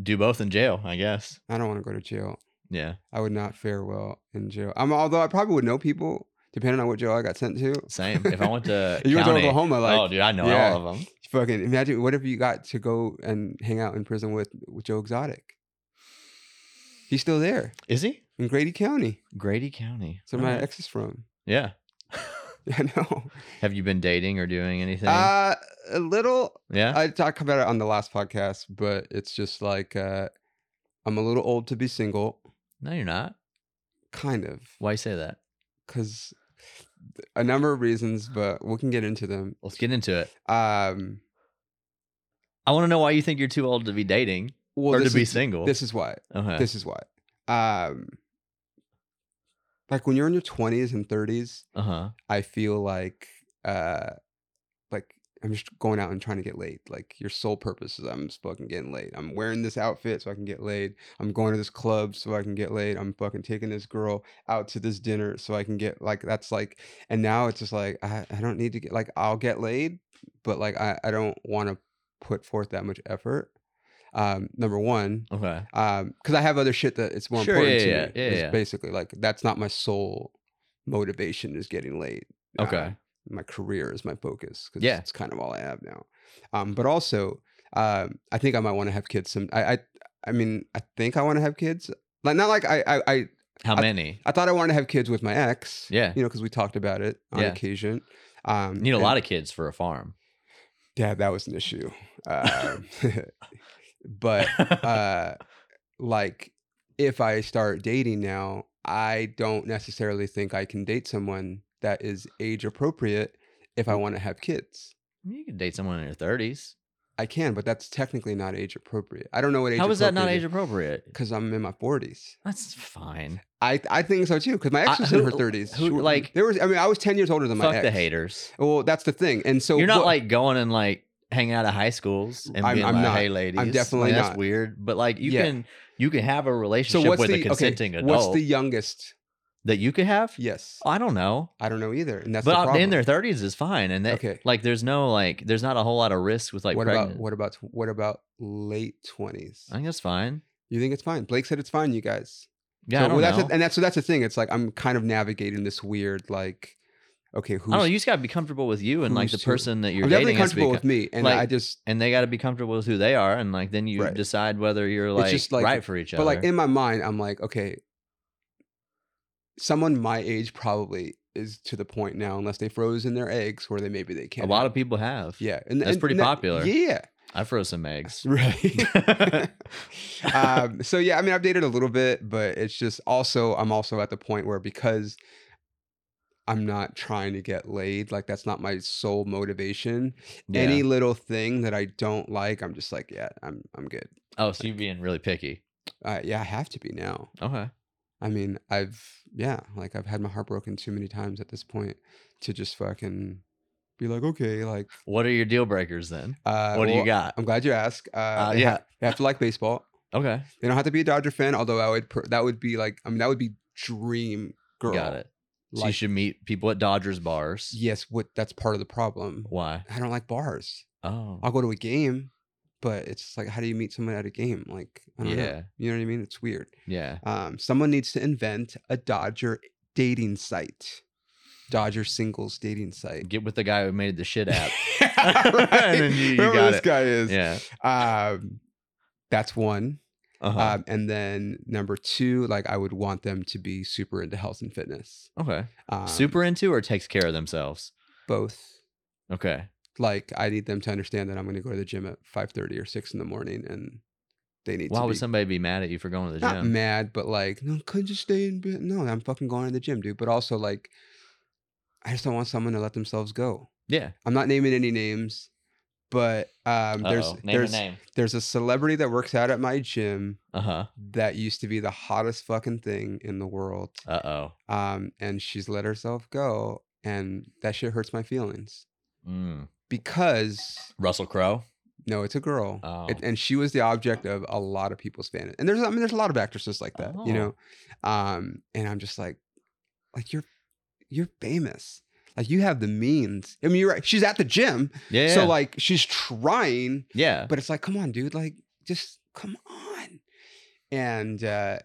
Speaker 2: Do both in jail, I guess.
Speaker 1: I don't want to go to jail.
Speaker 2: Yeah,
Speaker 1: I would not fare well in jail. Um, although I probably would know people depending on what jail I got sent to.
Speaker 2: same. If I went to
Speaker 1: You went to
Speaker 2: county-
Speaker 1: Oklahoma, like
Speaker 2: oh, dude, I know
Speaker 1: yeah.
Speaker 2: all of them.
Speaker 1: fucking imagine. What if you got to go and hang out in prison with, with Joe Exotic? He's still there
Speaker 2: Is he
Speaker 1: in Grady County.
Speaker 2: Grady County?
Speaker 1: That's where my
Speaker 2: Alright.
Speaker 1: ex is from.
Speaker 2: yeah.
Speaker 1: I know.
Speaker 2: Have you been dating or doing anything?
Speaker 1: Uh, a little.
Speaker 2: yeah.
Speaker 1: I talked about it on the last podcast, but it's just like uh, I'm a little old to be single,
Speaker 2: no, you're not.
Speaker 1: kind of,
Speaker 2: Why you say that?
Speaker 1: because a number of reasons, but we can get into them.
Speaker 2: Let's get into it.
Speaker 1: Um,
Speaker 2: I want to know why you think you're too old to be dating
Speaker 1: well,
Speaker 2: or to
Speaker 1: this
Speaker 2: be
Speaker 1: is,
Speaker 2: single.
Speaker 1: This is why.
Speaker 2: okay.
Speaker 1: This is why. Um, like when you're in your 20s and 30s,
Speaker 2: uh huh.
Speaker 1: I feel like, uh, like I'm just going out and trying to get laid. Like your sole purpose is I'm just fucking getting laid. I'm wearing this outfit so I can get laid. I'm going to this club so I can get laid. I'm fucking taking this girl out to this dinner so I can get like that's like and now it's just like I, I don't need to get like I'll get laid, but like I, I don't want to put forth that much effort. Um, number one,
Speaker 2: Okay.
Speaker 1: um because i have other shit that it's more
Speaker 2: Sure,
Speaker 1: important to
Speaker 2: yeah,
Speaker 1: me
Speaker 2: yeah, yeah,
Speaker 1: It's
Speaker 2: yeah.
Speaker 1: basically like that's not my sole motivation is getting laid now.
Speaker 2: Okay.
Speaker 1: my career is my focus because
Speaker 2: Yeah.
Speaker 1: it's kind of all i have now um but also um i think i might want to have kids some i i, I mean i think i want to have kids like not like I, I i
Speaker 2: How many?
Speaker 1: i thought i wanted to have kids with my ex
Speaker 2: Yeah.
Speaker 1: you know because we talked about it on
Speaker 2: Yeah.
Speaker 1: occasion um
Speaker 2: You need a lot of kids for a farm.
Speaker 1: yeah that was an issue um but uh like if I start dating now, I don't necessarily think I can date someone that is age appropriate if I want to have kids.
Speaker 2: you can date someone in your thirties.
Speaker 1: I can, but that's technically not age appropriate. I don't know what age
Speaker 2: How is that not age appropriate?
Speaker 1: Because I'm in my 40s.
Speaker 2: That's fine.
Speaker 1: I, I think so too. Because my ex
Speaker 2: I-
Speaker 1: was in
Speaker 2: who-
Speaker 1: her 30s.
Speaker 2: who,
Speaker 1: She-
Speaker 2: like-
Speaker 1: there was. I mean, I was 10 years older than
Speaker 2: Fuck
Speaker 1: my ex.
Speaker 2: the haters.
Speaker 1: Well, that's the thing. And so
Speaker 2: You're not
Speaker 1: what-
Speaker 2: like going and like hanging out at high schools and
Speaker 1: I'm-
Speaker 2: being
Speaker 1: I'm
Speaker 2: like,
Speaker 1: not.
Speaker 2: "Hey, ladies, Like,
Speaker 1: definitely
Speaker 2: that's
Speaker 1: not.
Speaker 2: weird." But like, you
Speaker 1: Yeah.
Speaker 2: can you can have a
Speaker 1: So
Speaker 2: relationship
Speaker 1: what's
Speaker 2: with
Speaker 1: the
Speaker 2: a consenting
Speaker 1: okay,
Speaker 2: adult
Speaker 1: What's the youngest?
Speaker 2: that you could have.
Speaker 1: Yes,
Speaker 2: I don't know,
Speaker 1: I don't know either. And that's the
Speaker 2: but uh,
Speaker 1: problem.
Speaker 2: in their thirties is fine, and that
Speaker 1: Okay.
Speaker 2: like, there's no like, there's not a whole lot of risk with like
Speaker 1: what
Speaker 2: pregnant.
Speaker 1: about what about what about late 20s?
Speaker 2: I think that's fine.
Speaker 1: You think it's fine? Blake said it's fine, you guys.
Speaker 2: Yeah,
Speaker 1: So,
Speaker 2: I don't
Speaker 1: well,
Speaker 2: know.
Speaker 1: that's it- and that's so that's the thing. It's like I'm kind of navigating this weird like, okay, who's
Speaker 2: I don't know. You just gotta be comfortable with you and like
Speaker 1: who's
Speaker 2: the
Speaker 1: who?
Speaker 2: person that you're
Speaker 1: I'm definitely
Speaker 2: dating has to be
Speaker 1: comfortable
Speaker 2: co-
Speaker 1: with me, and
Speaker 2: like,
Speaker 1: I just
Speaker 2: and they gotta be comfortable with who they are, and like then you
Speaker 1: Right.
Speaker 2: decide whether you're like,
Speaker 1: just like-
Speaker 2: right for each
Speaker 1: but
Speaker 2: other.
Speaker 1: like in my mind, I'm like, okay, someone my age probably is to the point now, unless they froze in their eggs, where they maybe they
Speaker 2: a
Speaker 1: can't.
Speaker 2: lot of people have.
Speaker 1: yeah, and
Speaker 2: That's
Speaker 1: and-
Speaker 2: pretty
Speaker 1: and that-
Speaker 2: popular.
Speaker 1: Yeah,
Speaker 2: I froze some eggs.
Speaker 1: right. um, so yeah, I mean, I've dated a little bit, but it's just also I'm also at the point where because I'm not trying to get laid, like that's not my sole motivation.
Speaker 2: Yeah.
Speaker 1: Any little thing that I don't like, I'm just like, yeah, I'm I'm good.
Speaker 2: oh, so you're being really picky.
Speaker 1: Uh, yeah, I have to be now.
Speaker 2: Okay.
Speaker 1: I mean, I've yeah, like I've had my heart broken too many times at this point to just fucking be like, okay, like
Speaker 2: What are your deal breakers then?
Speaker 1: uh,
Speaker 2: What do you
Speaker 1: well,
Speaker 2: got?
Speaker 1: I'm glad you asked. Uh,
Speaker 2: Uh,
Speaker 1: they ha-
Speaker 2: yeah.
Speaker 1: they have to like baseball.
Speaker 2: Okay.
Speaker 1: They don't have to be a Dodger fan, although I would per- that would be like I mean that would be dream girl.
Speaker 2: Got it. So you
Speaker 1: Like-
Speaker 2: should meet people at Dodgers bars.
Speaker 1: Yes, what that's part of the problem.
Speaker 2: Why?
Speaker 1: I don't like bars.
Speaker 2: Oh.
Speaker 1: I'll go to a game, but it's just like how do you meet someone at a game? Like I don't know.
Speaker 2: Yeah.
Speaker 1: You know what I mean? It's weird.
Speaker 2: Yeah.
Speaker 1: Um, someone needs to invent a Dodger dating site. Dodger singles dating site.
Speaker 2: Get with the guy who made the shit app.
Speaker 1: Right?
Speaker 2: And then you- you
Speaker 1: Whoever
Speaker 2: got
Speaker 1: this
Speaker 2: it.
Speaker 1: guy is.
Speaker 2: yeah.
Speaker 1: Um, that's one.
Speaker 2: Uh-huh.
Speaker 1: Um, and then number two, like I would want them to be super into health and fitness.
Speaker 2: okay.
Speaker 1: Um,
Speaker 2: Super into or takes care of themselves.
Speaker 1: both.
Speaker 2: Okay.
Speaker 1: Like I need them to understand that I'm going to go to the gym at 5:30 or 6 in the morning, and they need
Speaker 2: Why
Speaker 1: to
Speaker 2: would
Speaker 1: be
Speaker 2: somebody be mad at you for going to the
Speaker 1: not
Speaker 2: gym?
Speaker 1: mad, but like, no, could you stay in bed? No, I'm fucking going to the gym, dude. But also like, I just don't want someone to let themselves go.
Speaker 2: yeah.
Speaker 1: I'm not naming any names, but um, there's
Speaker 2: Uh-oh.
Speaker 1: there's
Speaker 2: name.
Speaker 1: there's a celebrity that works out at my gym
Speaker 2: Uh huh.
Speaker 1: that used to be the hottest fucking thing in the world.
Speaker 2: Uh oh.
Speaker 1: um, and she's let herself go, and that shit hurts my feelings
Speaker 2: Mm.
Speaker 1: because
Speaker 2: Russell Crowe.
Speaker 1: no, it's a girl,
Speaker 2: Oh.
Speaker 1: It- and she was the object of a lot of people's fan. And there's, I mean, there's a lot of actresses like that, you know.
Speaker 2: Oh.
Speaker 1: Um, and I'm just like, like you're, you're famous, like you have the means. I mean, you're right. She's at the gym,
Speaker 2: Yeah.
Speaker 1: so
Speaker 2: yeah,
Speaker 1: like she's trying,
Speaker 2: yeah.
Speaker 1: but it's like, come on, dude, like just come on, and. uh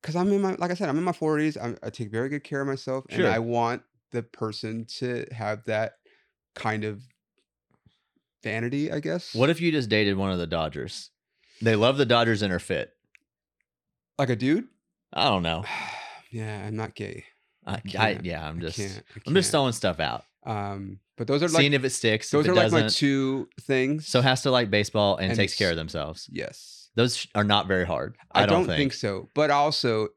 Speaker 1: because I'm in my, like I said, I'm in my 40s. I'm, I take very good care of myself,
Speaker 2: Sure.
Speaker 1: and I want the person to have that kind of vanity, I guess.
Speaker 2: What if you just dated one of the Dodgers? They love the Dodgers and are fit.
Speaker 1: like a dude?
Speaker 2: I don't know.
Speaker 1: yeah, I'm not gay.
Speaker 2: I, I
Speaker 1: can't.
Speaker 2: yeah, I'm
Speaker 1: I
Speaker 2: just
Speaker 1: can't. I
Speaker 2: I'm
Speaker 1: can't.
Speaker 2: just throwing stuff out,
Speaker 1: Um, but those are
Speaker 2: seeing
Speaker 1: like
Speaker 2: if it sticks.
Speaker 1: those
Speaker 2: if
Speaker 1: are
Speaker 2: it
Speaker 1: like
Speaker 2: doesn't,
Speaker 1: my two things.
Speaker 2: so has to like baseball and,
Speaker 1: and
Speaker 2: takes care
Speaker 1: s-
Speaker 2: of themselves.
Speaker 1: yes,
Speaker 2: Those sh- are not very hard. I, don't, think.
Speaker 1: so. But also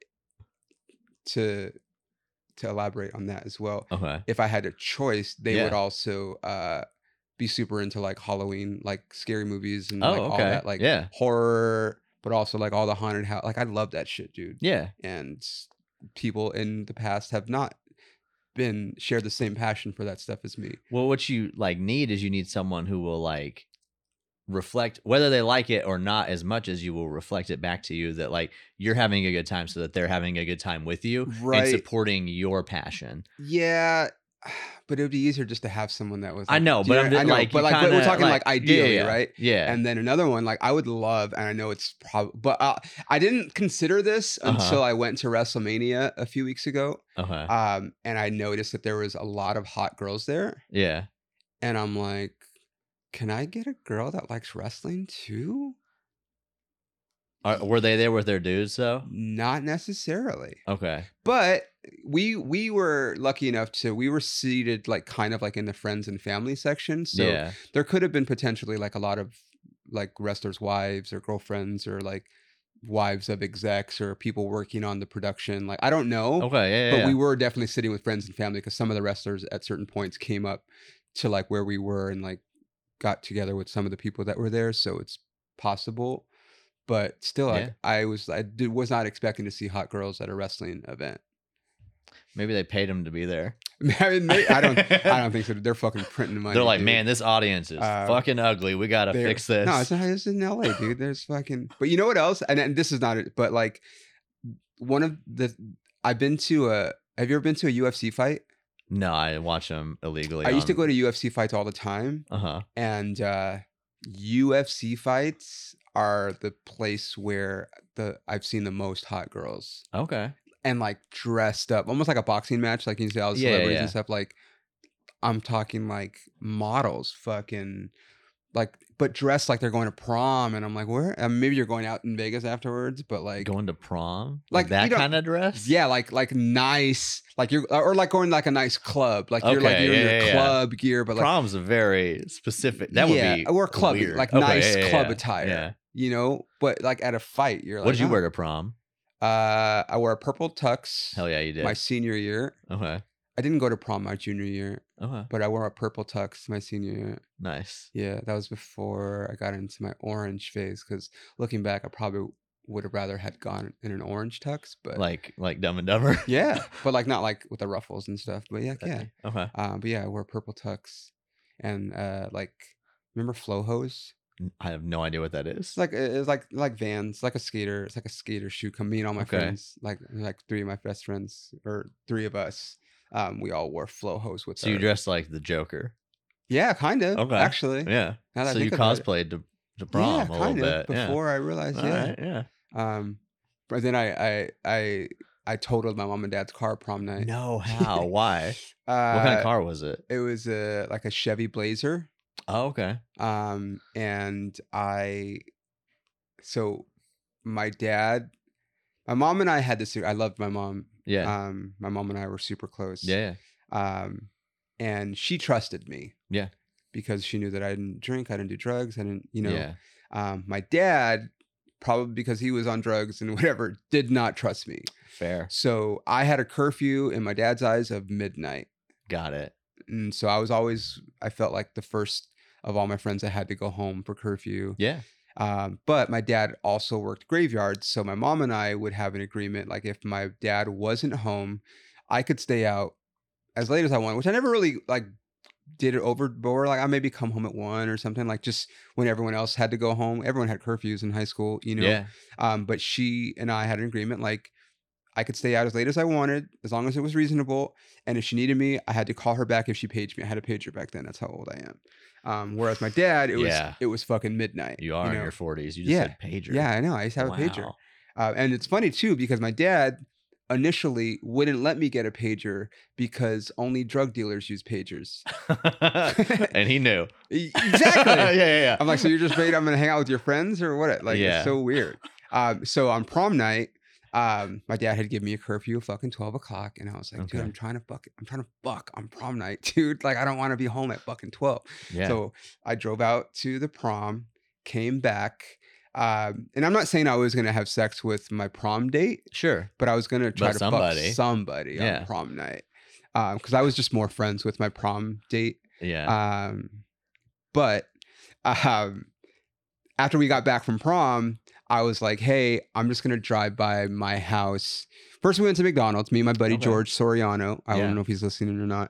Speaker 1: to to elaborate on that as well,
Speaker 2: Okay.
Speaker 1: if I had a choice, they would
Speaker 2: Yeah.
Speaker 1: also uh be super into like Halloween, like scary movies and
Speaker 2: Oh,
Speaker 1: like all
Speaker 2: okay.
Speaker 1: that, like
Speaker 2: yeah.
Speaker 1: horror, but also like all the haunted house. Like I love that shit, dude.
Speaker 2: Yeah.
Speaker 1: and people in the past have not been share the same passion for that stuff as me.
Speaker 2: Well, what you like need is you need someone who will like reflect whether they like it or not as much as you will reflect it back to you that like you're having a good time so that they're having a good time with you and supporting your passion.
Speaker 1: Yeah. But it would be easier just to have someone that was.
Speaker 2: I
Speaker 1: like-
Speaker 2: know,
Speaker 1: do
Speaker 2: but
Speaker 1: you
Speaker 2: I'm
Speaker 1: know-
Speaker 2: just, like,
Speaker 1: but
Speaker 2: you
Speaker 1: like but we're
Speaker 2: kinda,
Speaker 1: talking like, ideally,
Speaker 2: yeah, yeah,
Speaker 1: right?
Speaker 2: Yeah.
Speaker 1: And then another one, like I would love, and I know it's probably, but uh, I didn't consider this
Speaker 2: Uh-huh.
Speaker 1: until I went to WrestleMania a few weeks ago,
Speaker 2: okay.
Speaker 1: um, and I noticed that there was a lot of hot girls there,
Speaker 2: yeah.
Speaker 1: and I'm like, can I get a girl that likes wrestling too?
Speaker 2: Are, were they there with their dudes though?
Speaker 1: Not necessarily.
Speaker 2: Okay.
Speaker 1: but we we were lucky enough to we were seated like kind of like in the friends and family section so
Speaker 2: yeah.
Speaker 1: there could have been potentially like a lot of like wrestlers wives or girlfriends or like wives of execs or people working on the production like i don't know
Speaker 2: Okay. Yeah.
Speaker 1: but
Speaker 2: Oh, yeah,
Speaker 1: we
Speaker 2: yeah.
Speaker 1: were definitely sitting with friends and family because some of the wrestlers at certain points came up to like where we were and like got together with some of the people that were there so it's possible but still like,
Speaker 2: Yeah.
Speaker 1: i was i did, was not expecting to see hot girls at a wrestling event
Speaker 2: Maybe they paid them to be there.
Speaker 1: I, mean, may- I don't. I don't think so. They're fucking printing money.
Speaker 2: They're like,
Speaker 1: dude.
Speaker 2: man, this audience is
Speaker 1: Uh,
Speaker 2: fucking ugly. We gotta
Speaker 1: They're-
Speaker 2: fix this.
Speaker 1: No, it's not. It's in L.A., dude. There's fucking. But you know what else? And, and this is not. it, But like, one of the. I've been to a. Have you ever been to a UFC fight?
Speaker 2: no, I watch them illegally.
Speaker 1: I used to
Speaker 2: on-
Speaker 1: go to UFC fights all the time,
Speaker 2: Uh huh.
Speaker 1: and uh, UFC fights are the place where the I've seen the most hot girls
Speaker 2: Okay.
Speaker 1: and like dressed up, almost like a boxing match, like you see all the
Speaker 2: Yeah, yeah,
Speaker 1: celebrities
Speaker 2: yeah.
Speaker 1: and stuff. Like I'm talking like models, fucking like, but dressed like they're going to prom, and I'm like, where? And maybe you're going out in Vegas afterwards, but like,
Speaker 2: Going to prom?
Speaker 1: Like, you
Speaker 2: that
Speaker 1: don't-
Speaker 2: kind of dress?
Speaker 1: yeah, like like nice, like you're or like going to, like a nice club, like you're like
Speaker 2: Okay,
Speaker 1: you're in
Speaker 2: yeah,
Speaker 1: your
Speaker 2: yeah, yeah.
Speaker 1: club gear, but like
Speaker 2: Prom's a very specific. That would
Speaker 1: yeah,
Speaker 2: be
Speaker 1: or club
Speaker 2: weird.
Speaker 1: like
Speaker 2: Okay,
Speaker 1: nice
Speaker 2: yeah, yeah,
Speaker 1: club
Speaker 2: yeah.
Speaker 1: attire,
Speaker 2: Yeah.
Speaker 1: you know. But like at a fight, you're like,
Speaker 2: what did you
Speaker 1: "Oh."
Speaker 2: wear to prom?
Speaker 1: Uh, I wore a purple tux.
Speaker 2: Hell yeah, you did.
Speaker 1: My senior year,
Speaker 2: okay.
Speaker 1: I didn't go to prom my junior year,
Speaker 2: Okay.
Speaker 1: but I wore a purple tux my senior year.
Speaker 2: Nice.
Speaker 1: Yeah, that was before I got into my orange phase. Because looking back, I probably would have rather had gone in an orange tux, but
Speaker 2: Like like Dumb and Dumber.
Speaker 1: yeah, but like not like with the ruffles and stuff. But yeah, yeah.
Speaker 2: Okay.
Speaker 1: Um, but yeah, I wore a purple tux, and uh, like remember flow hose?
Speaker 2: I have no idea what that is.
Speaker 1: It's like it's like like Vans, like a skater. It's like a skater shoe. Come me and all my
Speaker 2: Okay.
Speaker 1: friends, like like three of my best friends or three of us. Um, we all wore flow hose with.
Speaker 2: so you
Speaker 1: our-
Speaker 2: dressed like the Joker.
Speaker 1: Yeah, kind of.
Speaker 2: Okay.
Speaker 1: Actually,
Speaker 2: Yeah.
Speaker 1: Now that I
Speaker 2: So you
Speaker 1: think about it.
Speaker 2: cosplayed to, to prom a little bit. yeah.
Speaker 1: Before I realized,
Speaker 2: All
Speaker 1: yeah.
Speaker 2: right, yeah.
Speaker 1: Um, but then I I I I totaled my mom and dad's car prom night.
Speaker 2: No, how? Why?
Speaker 1: Uh,
Speaker 2: what kind of car was it?
Speaker 1: It was a like a Chevy Blazer.
Speaker 2: Oh, okay.
Speaker 1: Um, and I, so my dad, my mom and I had this. I loved my mom.
Speaker 2: Yeah.
Speaker 1: Um, my mom and I were super close.
Speaker 2: yeah. yeah.
Speaker 1: Um, and she trusted me.
Speaker 2: Yeah.
Speaker 1: Because she knew that I didn't drink, I didn't do drugs, I didn't, you know.
Speaker 2: yeah.
Speaker 1: Um, my dad, probably because he was on drugs and whatever, did not trust me.
Speaker 2: Fair.
Speaker 1: So I had a curfew in my dad's eyes of midnight.
Speaker 2: Got it.
Speaker 1: And so I was always, I felt like the first of all my friends that had to go home for curfew.
Speaker 2: Yeah.
Speaker 1: Um, but my dad also worked graveyards. So my mom and I would have an agreement like if my dad wasn't home, I could stay out as late as I wanted, which I never really like did it overboard. Like I maybe come home at one or something, like just when everyone else had to go home. Everyone had curfews in high school, you know?
Speaker 2: yeah.
Speaker 1: Um, but she and I had an agreement like I could stay out as late as I wanted, as long as it was reasonable. And if she needed me, I had to call her back if she paged me. I had a pager back then. That's how old I am. Um, whereas my dad, it was
Speaker 2: Yeah.
Speaker 1: it was fucking midnight.
Speaker 2: You are in
Speaker 1: know?
Speaker 2: your 40s. You just
Speaker 1: Yeah.
Speaker 2: said pager.
Speaker 1: Yeah, I know. I used to have a pager.
Speaker 2: Wow.
Speaker 1: Uh, and it's funny too because my dad initially wouldn't let me get a pager because only drug dealers use pagers.
Speaker 2: and he knew.
Speaker 1: E-
Speaker 2: yeah,
Speaker 1: exactly.
Speaker 2: yeah, yeah.
Speaker 1: I'm like, so you're just afraid I'm gonna hang out with your friends or what? Like,
Speaker 2: Yeah.
Speaker 1: it's so weird. Um, so on prom night, um, my dad had given me a curfew of fucking 12 o'clock, and I was like, dude,
Speaker 2: Okay.
Speaker 1: I'm trying to fuck, I'm trying to fuck on prom night, dude. Like, I don't want to be home at fucking 12.
Speaker 2: yeah.
Speaker 1: So I drove out to the prom, came back. Um, and I'm not saying I was gonna have sex with my prom date,
Speaker 2: sure.
Speaker 1: but I was gonna try
Speaker 2: But
Speaker 1: to
Speaker 2: somebody.
Speaker 1: fuck somebody
Speaker 2: Yeah.
Speaker 1: on prom night. Um, because I was just more friends with my prom date.
Speaker 2: Yeah.
Speaker 1: Um, but um, after we got back from prom, I was like, "Hey, I'm just gonna drive by my house First, we went to McDonald's. Me and my buddy
Speaker 2: Okay.
Speaker 1: George Soriano. I
Speaker 2: Yeah.
Speaker 1: don't know if he's listening or not.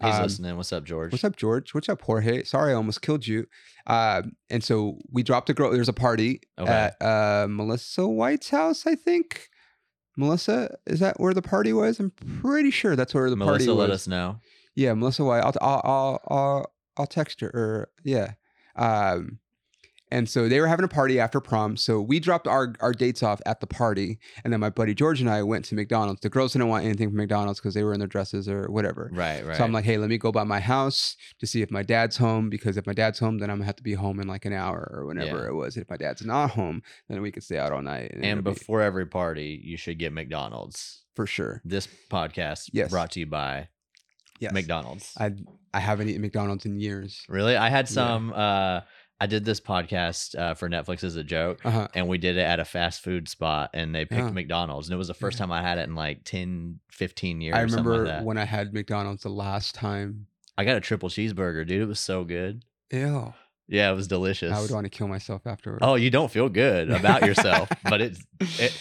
Speaker 2: He's
Speaker 1: Um,
Speaker 2: listening. What's up, George?
Speaker 1: What's up, George? What's up, Jorge? Sorry, I almost killed you. Uh, and so we dropped a girl. There's a party
Speaker 2: Okay.
Speaker 1: at uh, Melissa White's house, I think. Melissa, is that where the party was? I'm pretty sure that's where the party
Speaker 2: Melissa
Speaker 1: was.
Speaker 2: let us know.
Speaker 1: Yeah, Melissa White. I'll I'll I'll I'll, I'll text her. Or yeah. Um, and so they were having a party after prom. So we dropped our our dates off at the party, and then my buddy George and I went to McDonald's. The girls didn't want anything from McDonald's because they were in their dresses or whatever.
Speaker 2: Right, right.
Speaker 1: So I'm like, hey, let me go by my house to see if my dad's home because if my dad's home, then I'm gonna have to be home in like an hour or whenever
Speaker 2: Yeah.
Speaker 1: it was. And if my dad's not home, then we could stay out all night.
Speaker 2: and
Speaker 1: it'll be-
Speaker 2: before every party, you should get McDonald's.
Speaker 1: for sure,
Speaker 2: This podcast
Speaker 1: Yes.
Speaker 2: brought to you by
Speaker 1: yes.
Speaker 2: McDonald's.
Speaker 1: I I haven't eaten McDonald's in years.
Speaker 2: really? I had
Speaker 1: Yeah.
Speaker 2: some. Uh, I did this podcast uh, for Netflix as a joke,
Speaker 1: Uh huh.
Speaker 2: and we did it at a fast food spot, and they picked
Speaker 1: Oh.
Speaker 2: McDonald's. And it was the first time I had it in like 10, 15 years.
Speaker 1: I
Speaker 2: or something like
Speaker 1: remember
Speaker 2: that.
Speaker 1: when I had McDonald's the last time.
Speaker 2: I got a triple cheeseburger, dude. It was so good.
Speaker 1: Ew.
Speaker 2: Yeah, it was delicious.
Speaker 1: I would want to kill myself afterwards.
Speaker 2: Oh, you don't feel good about yourself, but it's it,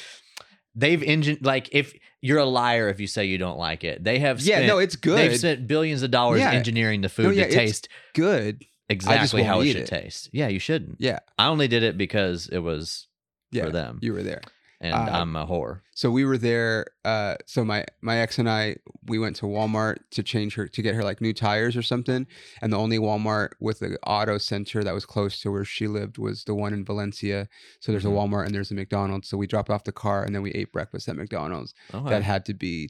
Speaker 2: they've engine like if you're a liar if you say you don't like it. They have
Speaker 1: yeah,
Speaker 2: spent,
Speaker 1: no, it's good.
Speaker 2: They've spent billions of dollars
Speaker 1: Yeah.
Speaker 2: engineering the food
Speaker 1: yeah,
Speaker 2: to
Speaker 1: it's-
Speaker 2: taste
Speaker 1: good.
Speaker 2: exactly
Speaker 1: won't
Speaker 2: how it
Speaker 1: eat
Speaker 2: should
Speaker 1: it.
Speaker 2: taste. Yeah, you shouldn't.
Speaker 1: Yeah.
Speaker 2: I only did it because it was
Speaker 1: Yeah,
Speaker 2: for them,
Speaker 1: you were there.
Speaker 2: and
Speaker 1: uh,
Speaker 2: I'm a whore.
Speaker 1: So we were there. Uh, so my my ex and I we went to Walmart to change her to get her like new tires or something. And the only Walmart with the auto center that was close to where she lived was the one in Valencia. So there's a
Speaker 2: Mhm.
Speaker 1: Walmart and there's a McDonald's. So we dropped off the car and then we ate breakfast at McDonald's.
Speaker 2: Okay.
Speaker 1: That had to be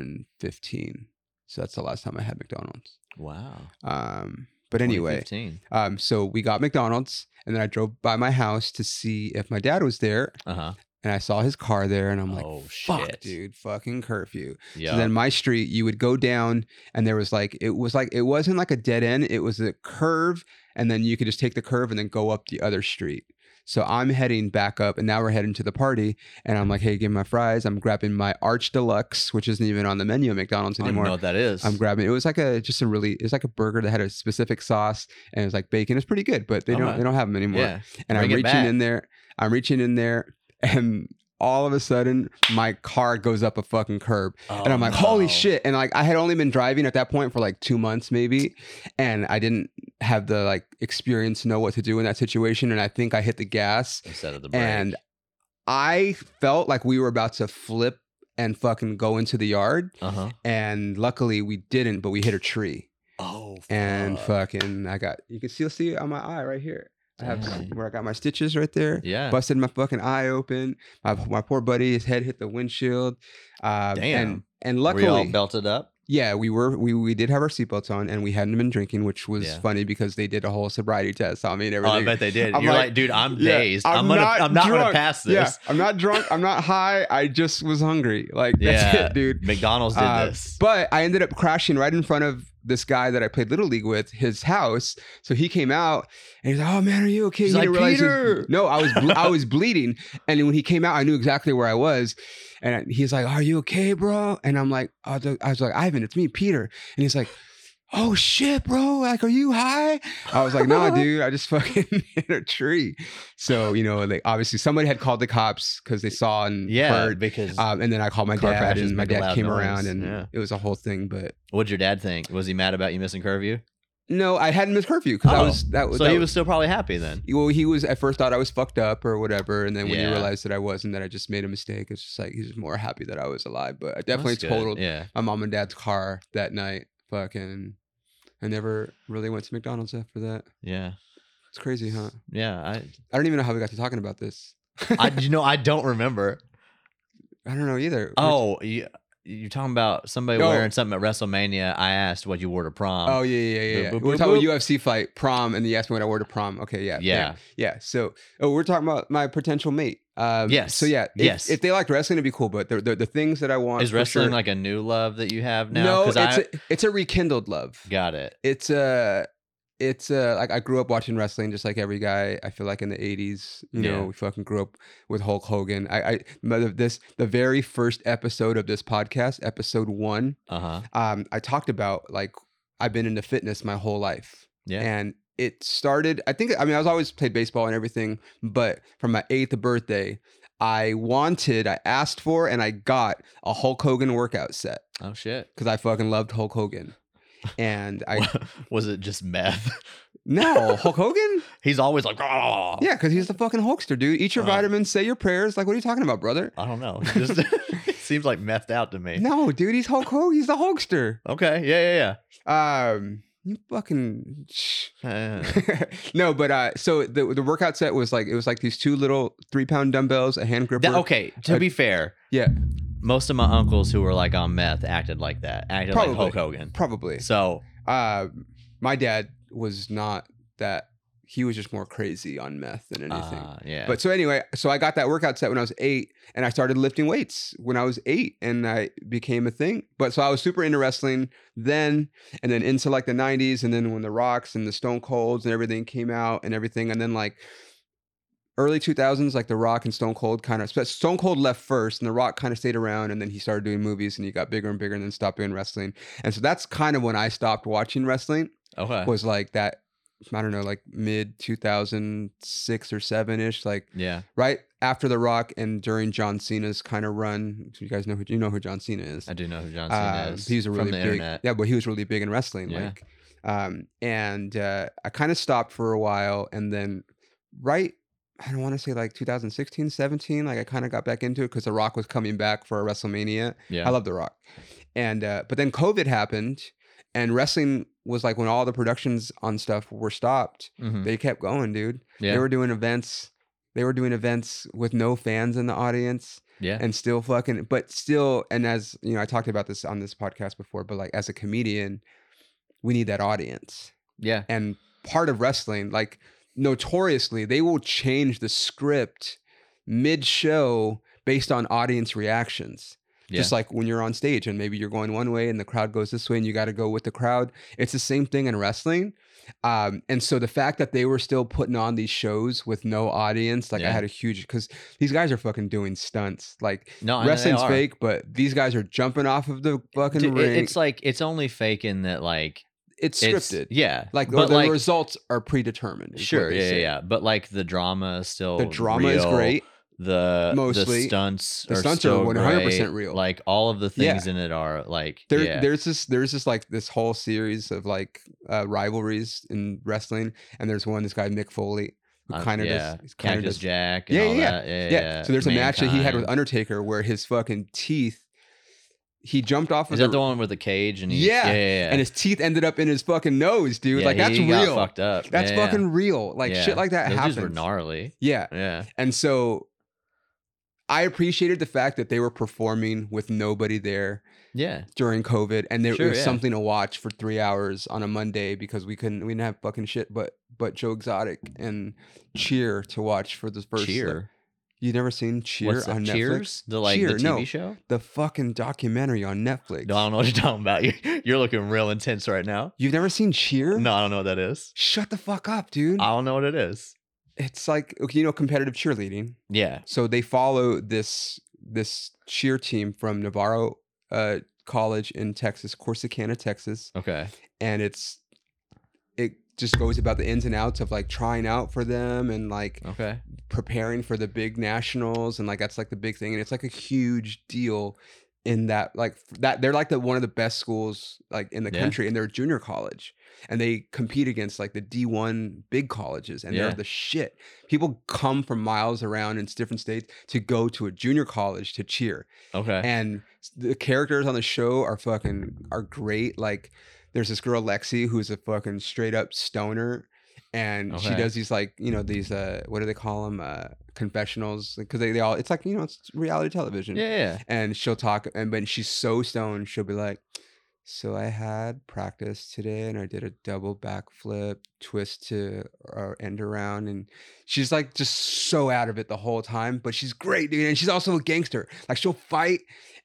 Speaker 1: 2015. So that's the last time I had McDonald's.
Speaker 2: wow.
Speaker 1: Um, but anyway,
Speaker 2: 2015.
Speaker 1: um, so we got McDonald's and then I drove by my house to see if my dad was there.
Speaker 2: Uh-huh.
Speaker 1: And I saw his car there and I'm like,
Speaker 2: oh shit,
Speaker 1: fuck, dude, fucking curfew.
Speaker 2: Yeah.
Speaker 1: So then my street, you would go down, and there was like it was like it wasn't like a dead end. It was a curve, and then you could just take the curve and then go up the other street. So I'm heading back up, and now we're heading to the party. And I'm like, hey, give me my fries. I'm grabbing my Arch Deluxe, which isn't even on the menu at McDonald's
Speaker 2: I don't even know
Speaker 1: anymore.
Speaker 2: what that is.
Speaker 1: I'm grabbing. It was like a just a really. It was like a burger that had a specific sauce, and it was like bacon. It's pretty good, but they don't
Speaker 2: Okay.
Speaker 1: they don't have them anymore
Speaker 2: Oh, Yeah.
Speaker 1: and I'm
Speaker 2: Bring it
Speaker 1: reaching
Speaker 2: back.
Speaker 1: in there. I'm reaching in there, and all of a sudden, my car goes up a fucking curb, and
Speaker 2: Oh,
Speaker 1: I'm like, "Holy shit!" And like, I had only been driving at that point for like two months, maybe, and I didn't have the like experience to know what to do in that situation. And I think I hit the gas,
Speaker 2: Instead of the break.
Speaker 1: and I felt like we were about to flip and fucking go into the yard.
Speaker 2: uh-huh.
Speaker 1: And luckily, we didn't, but we hit a tree,
Speaker 2: Oh.
Speaker 1: and fucking, I got you can still see it on my eye right here. I have
Speaker 2: Dang.
Speaker 1: where I got my stitches right there
Speaker 2: Yeah.
Speaker 1: busted my fucking eye open. My my poor buddy, his head hit the windshield. Uh, And
Speaker 2: Damn.
Speaker 1: and
Speaker 2: Were you all
Speaker 1: luckily,
Speaker 2: belted up?
Speaker 1: yeah, we were we we did have our seatbelts on, and we hadn't been drinking, which was
Speaker 2: Yeah.
Speaker 1: funny because they did a whole sobriety test on me and
Speaker 2: Oh,
Speaker 1: everything.
Speaker 2: I bet they did.
Speaker 1: I'm
Speaker 2: You're like,
Speaker 1: like,
Speaker 2: dude, I'm
Speaker 1: yeah,
Speaker 2: dazed. I'm,
Speaker 1: I'm
Speaker 2: gonna,
Speaker 1: not
Speaker 2: I'm not gonna
Speaker 1: drunk."
Speaker 2: pass
Speaker 1: yeah,
Speaker 2: this.
Speaker 1: I'm not drunk. I'm not high. I just was hungry. Like that's
Speaker 2: Yeah.
Speaker 1: it, dude.
Speaker 2: McDonald's did
Speaker 1: Uh,
Speaker 2: this.
Speaker 1: But I ended up crashing right in front of this guy that I played little league with, his house. So he came out and he's like, "Oh man, are you okay?"
Speaker 2: He's
Speaker 1: He
Speaker 2: like,
Speaker 1: didn't realize he was-
Speaker 2: "Peter!"
Speaker 1: no, I was ble- I was bleeding, and when he came out, I knew exactly where I was. And he's like, "Are you okay, bro?" And I'm like, "I was- I was like, Ivan, it's me, Peter." And he's like. Oh shit, bro! Like, are you high? I was like, nah, dude. I just fucking hit a tree. So you know, like, obviously, somebody had called the cops because they saw and
Speaker 2: yeah,
Speaker 1: heard.
Speaker 2: because
Speaker 1: Um, and then I called my
Speaker 2: Car
Speaker 1: dad,
Speaker 2: crashes
Speaker 1: and my
Speaker 2: make a
Speaker 1: dad
Speaker 2: loud
Speaker 1: came
Speaker 2: noise.
Speaker 1: around, and
Speaker 2: Yeah.
Speaker 1: it was a whole thing. But
Speaker 2: what'd your dad think? Was he mad about you missing curfew?
Speaker 1: no, I hadn't missed curfew because I
Speaker 2: Oh,
Speaker 1: was that was.
Speaker 2: so
Speaker 1: that
Speaker 2: he was still probably happy then.
Speaker 1: Well, he was at first thought I was fucked up or whatever, and then when
Speaker 2: Yeah.
Speaker 1: he realized that I wasn't, that I just made a mistake, it's just like he's just more happy that I was alive. But I definitely
Speaker 2: That's good.
Speaker 1: totaled
Speaker 2: Yeah.
Speaker 1: my mom and dad's car that night. Fucking, I never really went to McDonald's after that.
Speaker 2: Yeah.
Speaker 1: It's crazy, huh?
Speaker 2: Yeah. I
Speaker 1: I don't even know how we got to talking about this.
Speaker 2: I you know, I don't remember.
Speaker 1: I don't know either. We're-
Speaker 2: Oh, you you're talking about somebody
Speaker 1: Oh.
Speaker 2: wearing something at WrestleMania. I asked what you wore to prom.
Speaker 1: Oh yeah, yeah, yeah. yeah.
Speaker 2: boop,
Speaker 1: we're
Speaker 2: boop,
Speaker 1: talking
Speaker 2: boop.
Speaker 1: about UFC fight, prom, and you asked me what I wore to prom. Okay, yeah,
Speaker 2: yeah.
Speaker 1: Yeah. So oh, we're talking about my potential mate. Um,
Speaker 2: Yes,
Speaker 1: So yeah. If,
Speaker 2: yes.
Speaker 1: If they liked wrestling, it'd be cool. But the the, the things that I want
Speaker 2: Is
Speaker 1: for
Speaker 2: wrestling
Speaker 1: sure-
Speaker 2: like a new love that you have now?
Speaker 1: no?
Speaker 2: 'Cause
Speaker 1: It's
Speaker 2: I
Speaker 1: a, it's a rekindled love.
Speaker 2: got it.
Speaker 1: It's a it's a like I grew up watching wrestling just like every guy. I feel like in the '80s, you
Speaker 2: Yeah.
Speaker 1: know, we fucking grew up with Hulk Hogan. I, I mother- this the very first episode of this podcast, episode one.
Speaker 2: Uh huh.
Speaker 1: Um, I talked about like I've been into fitness my whole life
Speaker 2: Yeah.
Speaker 1: and it started i think i mean i was always played baseball and everything but from my eighth birthday I wanted, I asked for, and I got a Hulk Hogan workout set
Speaker 2: Oh shit.
Speaker 1: because I fucking loved Hulk Hogan. And I
Speaker 2: was it just meth?
Speaker 1: no Hulk Hogan,
Speaker 2: He's always like, "Ah."
Speaker 1: yeah, because he's the fucking Hulkster, dude. Eat your
Speaker 2: Uh.
Speaker 1: vitamins, say your prayers. Like, what are you talking about, brother?
Speaker 2: I don't know. He Just it seems like methed out to me.
Speaker 1: No, dude, he's Hulk Hogan. He's the Hulkster.
Speaker 2: Okay. Yeah.
Speaker 1: Um, you fucking. shh.
Speaker 2: Yeah. Yeah.
Speaker 1: no, but uh, so the the workout set was like it was like these two little three pound dumbbells, a hand gripper.
Speaker 2: That- okay. To
Speaker 1: Uh,
Speaker 2: be fair,
Speaker 1: yeah.
Speaker 2: most of my uncles who were like on meth acted like that. Acted
Speaker 1: Probably.
Speaker 2: like Hulk Hogan.
Speaker 1: probably.
Speaker 2: So
Speaker 1: Uh, my dad was not that. He was just more crazy on meth than anything.
Speaker 2: uh, yeah.
Speaker 1: But so anyway, so I got that workout set when I was eight, and I started lifting weights when I was eight, and I became a thing. But so I was super into wrestling then, and then into like the '90s, and then when the Rocks and the Stone Colds and everything came out and everything, and then like early 2000s, like the Rock and Stone Cold kind of Stone Cold left first, and the Rock kind of stayed around, and then he started doing movies, and he got bigger and bigger, and then stopped doing wrestling. And so that's kind of when I stopped watching wrestling
Speaker 2: okay.
Speaker 1: was like that. I don't know, like mid 2006 or seven ish, like
Speaker 2: yeah.
Speaker 1: right after The Rock and during John Cena's kind of run. You guys know who you know who John Cena is.
Speaker 2: I do know who John Cena
Speaker 1: Uh,
Speaker 2: is.
Speaker 1: he was a really
Speaker 2: from the
Speaker 1: big,
Speaker 2: internet.
Speaker 1: yeah, but he was really big in wrestling.
Speaker 2: Yeah.
Speaker 1: Like, um, and uh, I kind of stopped for a while, and then right. I don't want to say like 2016, 17. Like I kind of got back into it because The Rock was coming back for WrestleMania.
Speaker 2: Yeah.
Speaker 1: I love The Rock, and uh, but then COVID happened, and wrestling was like when all the productions on stuff were stopped.
Speaker 2: Mhm.
Speaker 1: They kept going, dude.
Speaker 2: Yeah.
Speaker 1: They were doing events. They were doing events with no fans in the audience
Speaker 2: yeah.
Speaker 1: and still fucking, but still, and as you know, I talked about this on this podcast before, but like as a comedian, we need that audience.
Speaker 2: yeah.
Speaker 1: And part of wrestling, like notoriously, they will change the script mid show based on audience reactions.
Speaker 2: Yeah.
Speaker 1: Just like when you're on stage and maybe you're going one way and the crowd goes this way and you got to go with the crowd. It's the same thing in wrestling. Um, and so the fact that they were still putting on these shows with no audience, like I
Speaker 2: Yeah.
Speaker 1: had a huge, because these guys are fucking doing stunts. Like
Speaker 2: No, I know they
Speaker 1: wrestling's
Speaker 2: are.
Speaker 1: fake, but these guys are jumping off of the fucking
Speaker 2: Dude, it-
Speaker 1: ring.
Speaker 2: it's like it's only faking that like
Speaker 1: it's
Speaker 2: it's-
Speaker 1: scripted.
Speaker 2: yeah.
Speaker 1: Like the,
Speaker 2: but
Speaker 1: the
Speaker 2: like
Speaker 1: results are predetermined. is what
Speaker 2: sure.
Speaker 1: they
Speaker 2: Yeah. Yeah.
Speaker 1: say.
Speaker 2: yeah. But like the drama is still
Speaker 1: The drama is
Speaker 2: real.
Speaker 1: great.
Speaker 2: the
Speaker 1: Mostly.
Speaker 2: the stunts
Speaker 1: The
Speaker 2: are
Speaker 1: stunts are
Speaker 2: still
Speaker 1: 100%
Speaker 2: great.
Speaker 1: real.
Speaker 2: like all of the
Speaker 1: Yeah.
Speaker 2: things in it are like
Speaker 1: There,
Speaker 2: yeah
Speaker 1: there's this, there's this like this whole series of like uh, rivalries in wrestling, and there's one this guy Mick Foley who
Speaker 2: Uh,
Speaker 1: kind of
Speaker 2: yeah.
Speaker 1: does, kind of
Speaker 2: Cactus
Speaker 1: does,
Speaker 2: Jack and
Speaker 1: Yeah,
Speaker 2: all
Speaker 1: yeah,
Speaker 2: that. yeah
Speaker 1: yeah. So there's a match that he had with
Speaker 2: Mankind.
Speaker 1: Undertaker where his fucking teeth, he jumped off of
Speaker 2: is
Speaker 1: the,
Speaker 2: that the one with the cage and he,
Speaker 1: Yeah,
Speaker 2: yeah, yeah, yeah.
Speaker 1: and his teeth ended up in his fucking nose, dude.
Speaker 2: Yeah,
Speaker 1: like that's
Speaker 2: he got
Speaker 1: real.
Speaker 2: fucked up
Speaker 1: That's
Speaker 2: Yeah, yeah.
Speaker 1: fucking real. Like
Speaker 2: Yeah.
Speaker 1: shit like that
Speaker 2: Those dudes
Speaker 1: happens.
Speaker 2: were gnarly
Speaker 1: yeah,
Speaker 2: yeah
Speaker 1: and so. I appreciated the fact that they were performing with nobody there.
Speaker 2: yeah
Speaker 1: during COVID, and there
Speaker 2: Sure,
Speaker 1: was
Speaker 2: yeah.
Speaker 1: something to watch for three hours on a Monday because we couldn't we didn't have fucking shit but but Joe Exotic and Cheer to watch for the first. like-
Speaker 2: cheer
Speaker 1: you never seen Cheer
Speaker 2: What's that?
Speaker 1: on Netflix?
Speaker 2: cheers the like
Speaker 1: Cheer,
Speaker 2: the TV
Speaker 1: no.
Speaker 2: show
Speaker 1: The fucking documentary on Netflix.
Speaker 2: no I don't know what you're talking about You- you're looking real intense right now
Speaker 1: You've never seen Cheer?
Speaker 2: no I don't know what that is
Speaker 1: Shut the fuck up, dude.
Speaker 2: I don't know what it is
Speaker 1: it's like okay, you know competitive cheerleading.
Speaker 2: yeah
Speaker 1: So they follow this this cheer team from Navarro uh, College in Texas, Corsicana, Texas.
Speaker 2: okay
Speaker 1: and it's it just goes about the ins and outs of like trying out for them and like
Speaker 2: okay
Speaker 1: preparing for the big nationals and like that's like the big thing and it's like a huge deal in that like f- that they're like the one of the best schools like in the
Speaker 2: Yeah.
Speaker 1: country and they're a junior college and they compete against like the D1 big colleges and
Speaker 2: Yeah.
Speaker 1: they're the shit. People come from miles around in different states to go to a junior college to cheer
Speaker 2: okay
Speaker 1: and the characters on the show are fucking are great. Like there's this girl Lexi who's a fucking straight up stoner, and she
Speaker 2: Okay.
Speaker 1: does these like you know these uh what do they call them uh confessionals because they, they all it's like you know it's reality television.
Speaker 2: yeah yeah
Speaker 1: And she'll talk, and when she's so stoned, she'll be like. So I had practice today, and I did a double backflip, twist to uh, end around, and she's like just so out of it the whole time. But she's great, dude, and she's also a gangster. Like she'll fight,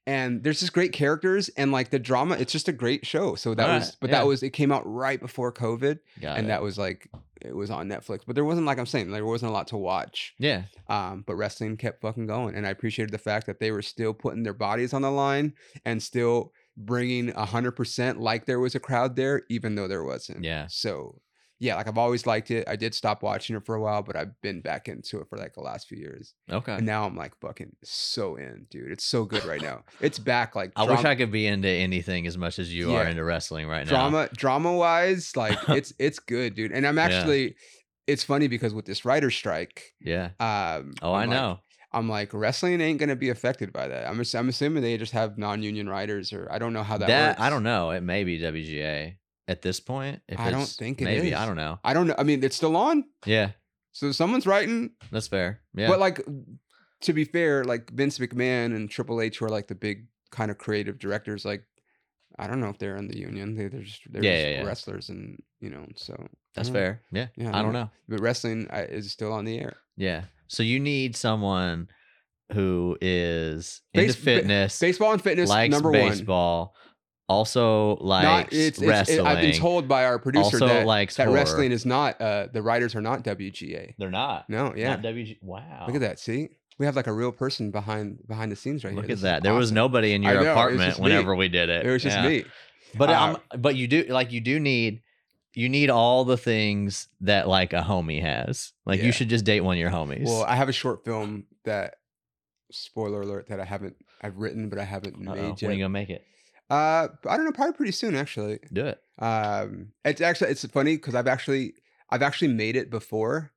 Speaker 1: and there's just great characters, and like the drama. It's just a great show. So that
Speaker 2: All
Speaker 1: was,
Speaker 2: right,
Speaker 1: but
Speaker 2: yeah.
Speaker 1: that was it came out right before COVID,
Speaker 2: got
Speaker 1: and
Speaker 2: it
Speaker 1: that was like it was on Netflix. But there wasn't like I'm saying there wasn't a lot to watch.
Speaker 2: yeah
Speaker 1: Um, but wrestling kept fucking going, and I appreciated the fact that they were still putting their bodies on the line and still bringing hundred percent, like there was a crowd there, even though there wasn't.
Speaker 2: Yeah.
Speaker 1: So yeah, like I've always liked it. I did stop watching it for a while, but I've been back into it for like the last few years.
Speaker 2: Okay.
Speaker 1: And now I'm like fucking so in, dude. It's so good right now. It's back like
Speaker 2: I wish
Speaker 1: drama-
Speaker 2: I could be into anything as much as you are
Speaker 1: Yeah.
Speaker 2: into wrestling right now.
Speaker 1: drama drama wise, like it's it's good, dude. And I'm
Speaker 2: Yeah.
Speaker 1: actually it's funny because with this writer strike,
Speaker 2: Yeah.
Speaker 1: um I'm
Speaker 2: Oh, I
Speaker 1: like-
Speaker 2: know.
Speaker 1: I'm like wrestling ain't gonna be affected by that. I'm ass- I'm assuming they just have non union writers or I don't know how that,
Speaker 2: that
Speaker 1: works.
Speaker 2: I don't know. It may be WGA at this point. If
Speaker 1: I don't
Speaker 2: it's-
Speaker 1: think it
Speaker 2: maybe I
Speaker 1: is.
Speaker 2: don't know.
Speaker 1: I don't know. I mean, it's still on,
Speaker 2: Yeah,
Speaker 1: so someone's writing.
Speaker 2: that's fair. Yeah,
Speaker 1: But like, to be fair, like Vince McMahon and Triple H were like the big kind of creative directors. Like, I don't know if they're in the union. They, they're just they're
Speaker 2: Yeah,
Speaker 1: just
Speaker 2: yeah, yeah.
Speaker 1: wrestlers, and you know, so
Speaker 2: that's
Speaker 1: Mhm.
Speaker 2: fair. Yeah,
Speaker 1: Yeah,
Speaker 2: I
Speaker 1: I
Speaker 2: don't
Speaker 1: know.
Speaker 2: know.
Speaker 1: but wrestling I, is still on the air.
Speaker 2: Yeah, so you need someone who is
Speaker 1: Base-
Speaker 2: into
Speaker 1: ba-
Speaker 2: fitness,
Speaker 1: Baseball and fitness
Speaker 2: likes
Speaker 1: number one.
Speaker 2: baseball, also likes wrestling.
Speaker 1: I've been told by our producer
Speaker 2: also
Speaker 1: that,
Speaker 2: likes
Speaker 1: that
Speaker 2: horror.
Speaker 1: wrestling is not uh, the writers are not WGA.
Speaker 2: They're not.
Speaker 1: No, yeah.
Speaker 2: Not WG. Wow.
Speaker 1: Look at that. See, we have like a real person behind behind the scenes right
Speaker 2: Look
Speaker 1: here.
Speaker 2: at that. There was nobody in
Speaker 1: I know,
Speaker 2: your
Speaker 1: it was
Speaker 2: apartment
Speaker 1: just me.
Speaker 2: whenever we did it.
Speaker 1: It was just
Speaker 2: Yeah.
Speaker 1: me.
Speaker 2: But
Speaker 1: Uh,
Speaker 2: um, but you do like you do need you need all the things that like a homie has. Like
Speaker 1: Yeah.
Speaker 2: you should just date one of your homies.
Speaker 1: Well, I have a short film that spoiler alert that I haven't I've written but I haven't
Speaker 2: Uh-oh. when
Speaker 1: made
Speaker 2: are you
Speaker 1: yet.
Speaker 2: gonna make it?
Speaker 1: Uh, I don't know, probably pretty soon actually.
Speaker 2: Do it.
Speaker 1: Um, it's actually it's funny because I've actually I've actually made it before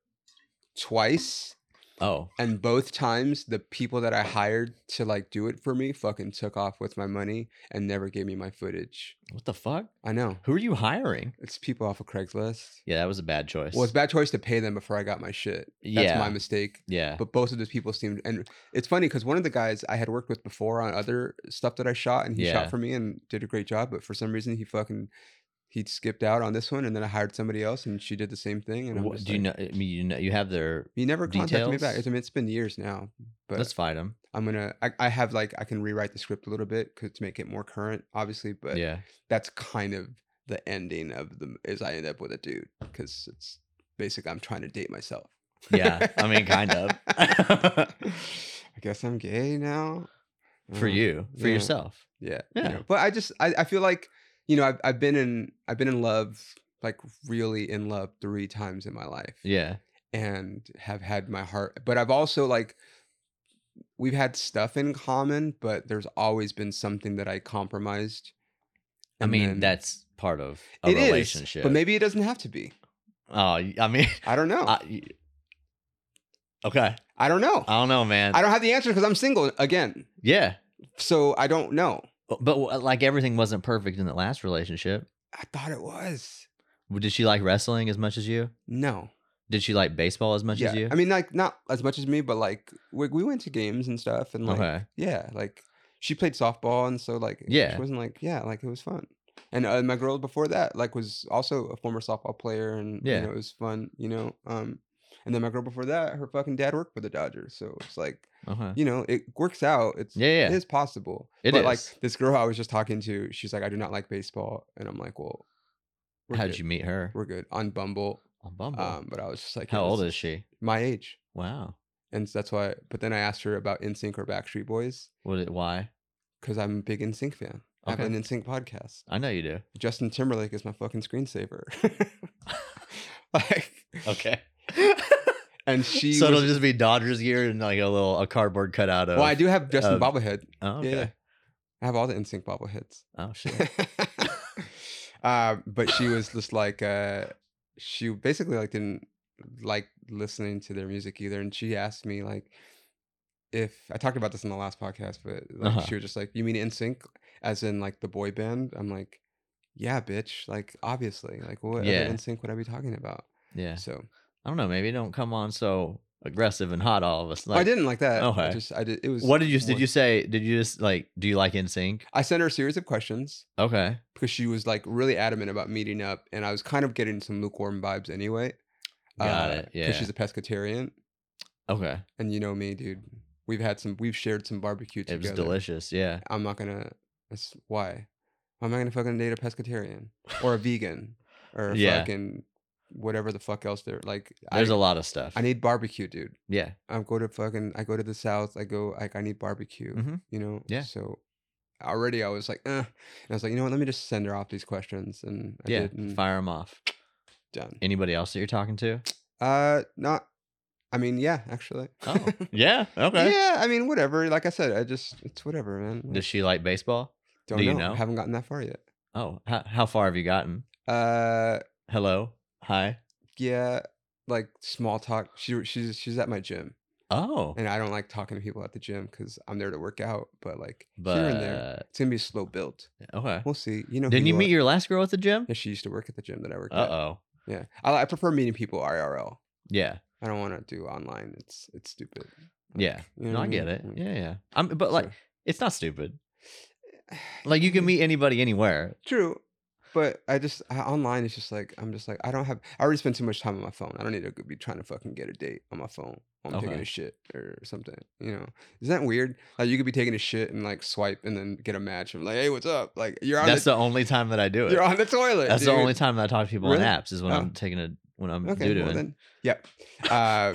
Speaker 1: twice
Speaker 2: Oh,
Speaker 1: and both times the people that I hired to like do it for me fucking took off with my money and never gave me my footage.
Speaker 2: what the fuck?
Speaker 1: I know.
Speaker 2: Who are you hiring?
Speaker 1: It's people off of Craigslist.
Speaker 2: Yeah, that was a bad choice.
Speaker 1: Well, it's a bad choice to pay them before I got my shit. That's
Speaker 2: yeah,
Speaker 1: my mistake.
Speaker 2: yeah.
Speaker 1: But both of those people seemed, and it's funny because one of the guys I had worked with before on other stuff that I shot, and he
Speaker 2: Yeah.
Speaker 1: shot for me and did a great job. But for some reason, he fucking he skipped out on this one, and then I hired somebody else, and she did the same thing. And I'm
Speaker 2: What,
Speaker 1: just
Speaker 2: do you
Speaker 1: like,
Speaker 2: know? I mean, you know, you have their.
Speaker 1: He never contacted me back.
Speaker 2: details?
Speaker 1: I mean, it's been years now, but
Speaker 2: let's fight them.
Speaker 1: I'm gonna. I, I have like I can rewrite the script a little bit 'cause to make it more current, obviously. But
Speaker 2: Yeah,
Speaker 1: that's kind of the ending of the is I end up with a dude because it's basically I'm trying to date myself.
Speaker 2: yeah. I mean, kind of.
Speaker 1: I guess I'm gay now.
Speaker 2: for
Speaker 1: Uh,
Speaker 2: you, for
Speaker 1: yeah.
Speaker 2: yourself.
Speaker 1: Yeah.
Speaker 2: Yeah.
Speaker 1: You know, but I just I, I feel like, you know, I've I've been in I've been in love, like really in love three times in my life.
Speaker 2: Yeah,
Speaker 1: And have had my heart but I've also like we've had stuff in common, but there's always been something that I compromised.
Speaker 2: I
Speaker 1: and
Speaker 2: mean
Speaker 1: then-
Speaker 2: that's part of a
Speaker 1: it is,
Speaker 2: relationship.
Speaker 1: but maybe it doesn't have to be.
Speaker 2: Oh, I mean,
Speaker 1: I don't know.
Speaker 2: I
Speaker 1: I,
Speaker 2: y okay.
Speaker 1: don't know.
Speaker 2: I don't know, man.
Speaker 1: I don't have the answer because I'm single again.
Speaker 2: yeah,
Speaker 1: So I don't know.
Speaker 2: but, but uh, like everything wasn't perfect in that last relationship.
Speaker 1: I thought it was.
Speaker 2: Did she like wrestling as much as you?
Speaker 1: No.
Speaker 2: Did she like baseball as much
Speaker 1: yeah.
Speaker 2: as you?
Speaker 1: I mean, like, not as much as me, but like, we, we went to games and stuff. And like,
Speaker 2: okay.
Speaker 1: yeah, like, she played softball. And so, like,
Speaker 2: Yeah.
Speaker 1: she wasn't like, yeah, like, it was fun. And uh, my girl before that, like, was also a former softball player. And,
Speaker 2: Yeah.
Speaker 1: you know, it was fun, you know? Um, and then my girl before that, her fucking dad worked for the Dodgers. So it's like,
Speaker 2: Okay.
Speaker 1: you know, it works out. It's,
Speaker 2: Yeah, yeah.
Speaker 1: It is possible.
Speaker 2: It
Speaker 1: but like
Speaker 2: is.
Speaker 1: this girl I was just talking to, she's like, I do not like baseball. And I'm like, well, we're
Speaker 2: How'd
Speaker 1: good.
Speaker 2: you meet her?
Speaker 1: We're good on Bumble.
Speaker 2: On Bumble.
Speaker 1: Um, but I was just like,
Speaker 2: How
Speaker 1: it was
Speaker 2: old is she?
Speaker 1: my age?
Speaker 2: Wow.
Speaker 1: And so that's why. But then I asked her about NSYNC or Backstreet Boys
Speaker 2: What? It, why?
Speaker 1: because I'm a big NSYNC fan. I have
Speaker 2: Okay.
Speaker 1: an NSYNC podcast.
Speaker 2: I know you do.
Speaker 1: Justin Timberlake is my fucking screensaver. like,
Speaker 2: Okay.
Speaker 1: and she.
Speaker 2: so
Speaker 1: was,
Speaker 2: it'll just be Dodgers gear and like a little a cardboard cutout of.
Speaker 1: well, I do have Justin
Speaker 2: um,
Speaker 1: bobblehead.
Speaker 2: Oh,
Speaker 1: Yeah,
Speaker 2: okay.
Speaker 1: yeah, I have all the NSYNC bobbleheads.
Speaker 2: Oh shit.
Speaker 1: uh, but she was just like uh, she basically like didn't like listening to their music either, and she asked me like if I talked about this in the last podcast, but like
Speaker 2: Uh-huh.
Speaker 1: she was just like, "You mean NSYNC as in like the boy band?" I'm like, "Yeah, bitch! Like obviously, like what
Speaker 2: Yeah.
Speaker 1: other NSYNC would I be talking about?"
Speaker 2: Yeah.
Speaker 1: So
Speaker 2: I don't know. Maybe don't come on so aggressive and hot all of us. Like,
Speaker 1: I didn't like that. I
Speaker 2: okay.
Speaker 1: just I did. It was
Speaker 2: What did you did
Speaker 1: more-
Speaker 2: you say? Did you just like? Do you like In Sync?
Speaker 1: I sent her a series of questions
Speaker 2: Okay.
Speaker 1: because she was like really adamant about meeting up, and I was kind of getting some lukewarm vibes anyway. uh,
Speaker 2: Got it, yeah.
Speaker 1: she's a pescatarian,
Speaker 2: Okay.
Speaker 1: and you know me, dude. We've had some. We've shared some barbecue
Speaker 2: It
Speaker 1: together.
Speaker 2: was delicious. Yeah.
Speaker 1: I'm not gonna. That's why. Why am I gonna fucking date a pescatarian or a vegan or a
Speaker 2: Yeah.
Speaker 1: fucking whatever the fuck else they're like?
Speaker 2: There's
Speaker 1: I,
Speaker 2: a lot of stuff.
Speaker 1: I need barbecue, dude.
Speaker 2: Yeah.
Speaker 1: I go to fucking. I go to the south. I go. Like I need barbecue.
Speaker 2: Mhm.
Speaker 1: You know.
Speaker 2: Yeah.
Speaker 1: So already I was like, eh. and I was like, you know what? Let me just send her off these questions, and I
Speaker 2: yeah.
Speaker 1: did. And
Speaker 2: Fire them off.
Speaker 1: done.
Speaker 2: Anybody else that you're talking to?
Speaker 1: Uh, not. I mean, yeah, actually.
Speaker 2: Oh, yeah. Okay.
Speaker 1: Yeah, I mean, whatever. Like I said, I just it's whatever, man. Like,
Speaker 2: Does she like baseball?
Speaker 1: don't
Speaker 2: do you know?
Speaker 1: Haven't gotten that far yet.
Speaker 2: Oh, how, how far have you gotten?
Speaker 1: Uh,
Speaker 2: Hello. Hi.
Speaker 1: yeah, like small talk. She she's she's at my gym,
Speaker 2: Oh,
Speaker 1: and I don't like talking to people at the gym because I'm there to work out. But like here and there,
Speaker 2: but
Speaker 1: it's gonna be a slow build.
Speaker 2: okay.
Speaker 1: We'll see. You know,
Speaker 2: Didn't you
Speaker 1: people
Speaker 2: meet
Speaker 1: are-
Speaker 2: your last girl at the gym?
Speaker 1: Yeah, she used to work at the gym that I work
Speaker 2: Uh
Speaker 1: at.
Speaker 2: oh.
Speaker 1: Yeah, I, I prefer meeting people IRL.
Speaker 2: Yeah.
Speaker 1: I don't want to do online. It's it's stupid.
Speaker 2: Yeah.
Speaker 1: you know
Speaker 2: no,
Speaker 1: what
Speaker 2: I
Speaker 1: I
Speaker 2: get
Speaker 1: mean?
Speaker 2: it.
Speaker 1: Mm.
Speaker 2: Yeah, yeah. I'm, but like, it's not stupid.
Speaker 1: So-
Speaker 2: Like, you can meet anybody anywhere.
Speaker 1: True. But I just I, online it's just like I'm just like I don't have I already spend too much time on my phone. I don't need to be trying to fucking get a date on my phone. While I'm
Speaker 2: Okay.
Speaker 1: taking a shit or something. You know, is that weird? Like you could be taking a shit and like swipe and then get a match of like, hey, what's up? Like you're on
Speaker 2: That's
Speaker 1: the,
Speaker 2: the only time that I do
Speaker 1: you're
Speaker 2: it.
Speaker 1: on the toilet.
Speaker 2: That's the
Speaker 1: dude.
Speaker 2: only time that I talk to people on
Speaker 1: Really?
Speaker 2: apps is when
Speaker 1: Oh.
Speaker 2: I'm taking a when I'm
Speaker 1: Okay,
Speaker 2: doo
Speaker 1: well
Speaker 2: dooing.
Speaker 1: then, yep. Uh,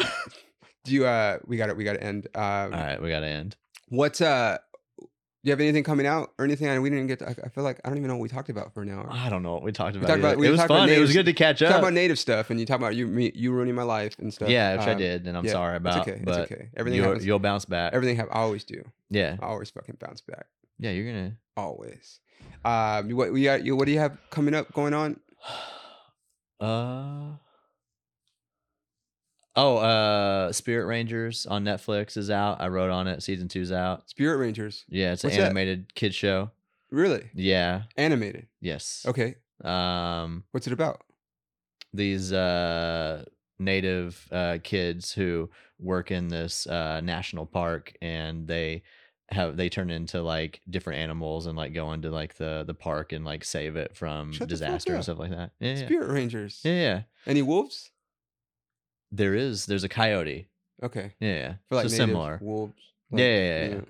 Speaker 1: do you? Uh, we got it. We got to end. Um,
Speaker 2: All right, we gotta end.
Speaker 1: What's uh? Do you have anything coming out or anything? I we didn't get. To, I, I feel like I don't even know what we talked about for an hour.
Speaker 2: I don't know what we talked about.
Speaker 1: talked
Speaker 2: either.
Speaker 1: about- oh. we
Speaker 2: it was
Speaker 1: talked about
Speaker 2: fun. It was
Speaker 1: names.
Speaker 2: good to catch
Speaker 1: You talk
Speaker 2: up.
Speaker 1: about native stuff, and you talk about you me you ruining my life and stuff.
Speaker 2: yeah, which I
Speaker 1: Um,
Speaker 2: did, and I'm
Speaker 1: yeah,
Speaker 2: sorry
Speaker 1: It's
Speaker 2: about.
Speaker 1: okay. It's
Speaker 2: but
Speaker 1: okay. Everything
Speaker 2: you'll,
Speaker 1: happens.
Speaker 2: you'll bounce back.
Speaker 1: Everything happens. I always do.
Speaker 2: yeah,
Speaker 1: I always fucking bounce back.
Speaker 2: yeah. You're gonna.
Speaker 1: Always. Um, you- what we got? You, what do you have coming up? Going on?
Speaker 2: Uh oh, uh Spirit Rangers on Netflix is out. I wrote on it. Season two's out.
Speaker 1: Spirit Rangers.
Speaker 2: Yeah, it's an
Speaker 1: What's that?
Speaker 2: animated kid show.
Speaker 1: Really?
Speaker 2: Yeah.
Speaker 1: Animated.
Speaker 2: Yes.
Speaker 1: Okay.
Speaker 2: Um
Speaker 1: What's it about?
Speaker 2: these uh native uh kids who work in this uh national park and they have they turn into like different animals and like go into like the the park and like save it from
Speaker 1: Shut the fuck
Speaker 2: disaster and
Speaker 1: up.
Speaker 2: stuff like that. Yeah. Yeah.
Speaker 1: Spirit Rangers.
Speaker 2: yeah, yeah.
Speaker 1: Any wolves?
Speaker 2: There is there's a coyote.
Speaker 1: Okay.
Speaker 2: Yeah, yeah.
Speaker 1: For like
Speaker 2: so
Speaker 1: native
Speaker 2: similar.
Speaker 1: wolves.
Speaker 2: Yeah,
Speaker 1: like,
Speaker 2: yeah, yeah,
Speaker 1: you
Speaker 2: yeah,
Speaker 1: know.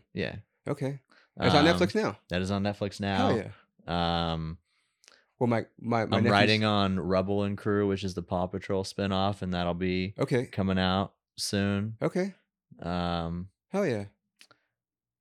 Speaker 2: yeah.
Speaker 1: Okay. It's on
Speaker 2: Um,
Speaker 1: Netflix now.
Speaker 2: That is on Netflix
Speaker 1: Hell
Speaker 2: now.
Speaker 1: yeah.
Speaker 2: Um,
Speaker 1: Well, my my my
Speaker 2: I'm
Speaker 1: nephew's-
Speaker 2: writing on Rubble and Crew, which is the Paw Patrol spinoff, and that'll be
Speaker 1: Okay.
Speaker 2: coming out soon.
Speaker 1: Okay.
Speaker 2: Um,
Speaker 1: Hell yeah.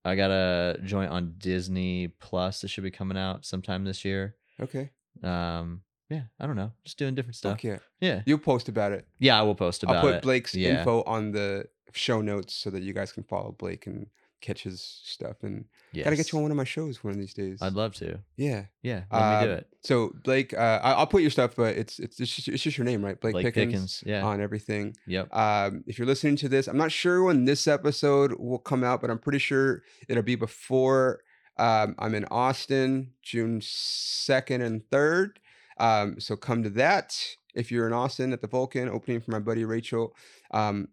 Speaker 2: I got a joint on Disney Plus that should be coming out sometime this year.
Speaker 1: Okay.
Speaker 2: Um, yeah, I don't know, just doing different stuff.
Speaker 1: Fuck yeah.
Speaker 2: Yeah,
Speaker 1: You'll post about it.
Speaker 2: yeah, I will post about
Speaker 1: I'll put
Speaker 2: it.
Speaker 1: Blake's
Speaker 2: Yeah.
Speaker 1: info on the show notes so that you guys can follow Blake and catch his stuff. And gotta get
Speaker 2: Yes.
Speaker 1: you on one of my shows one of these days.
Speaker 2: I'd love to.
Speaker 1: yeah.
Speaker 2: Yeah, let me do
Speaker 1: Um,
Speaker 2: it.
Speaker 1: So Blake, uh, I- I'll put your stuff, but it's it's it's just, it's just your name, right? Blake,
Speaker 2: Blake
Speaker 1: Pickens,
Speaker 2: Pickens. Yeah.
Speaker 1: on everything.
Speaker 2: yep.
Speaker 1: Um, if you're listening to this, I'm not sure when this episode will come out, but I'm pretty sure it'll be before um, I'm in Austin, June 2nd and 3rd. Um, so come to that if you're in Austin at the Vulcan, opening for my buddy Rachel. Um,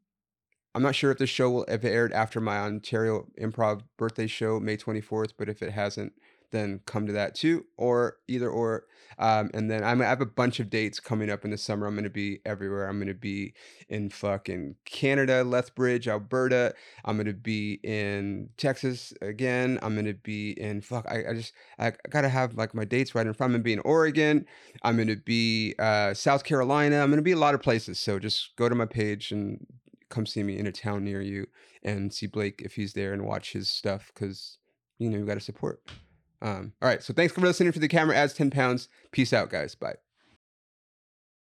Speaker 1: I'm not sure if this show will have aired after my Ontario Improv birthday show, May 24th, but if it hasn't, then come to that too, or either or. Um, and then I'm, I have a bunch of dates coming up in the summer. I'm going to be everywhere. I'm going to be in fucking Canada, Lethbridge, Alberta. I'm gonna be in Texas again. I'm gonna be in fuck. I, I just I gotta have like my dates right in front. I'm gonna be in Oregon. I'm gonna be uh, South Carolina. I'm gonna be a lot of places. So just go to my page and come see me in a town near you and see Blake if he's there and watch his stuff because you know you gotta support. Um, all right. So thanks for listening. For the camera adds ten pounds. Peace out, guys. Bye.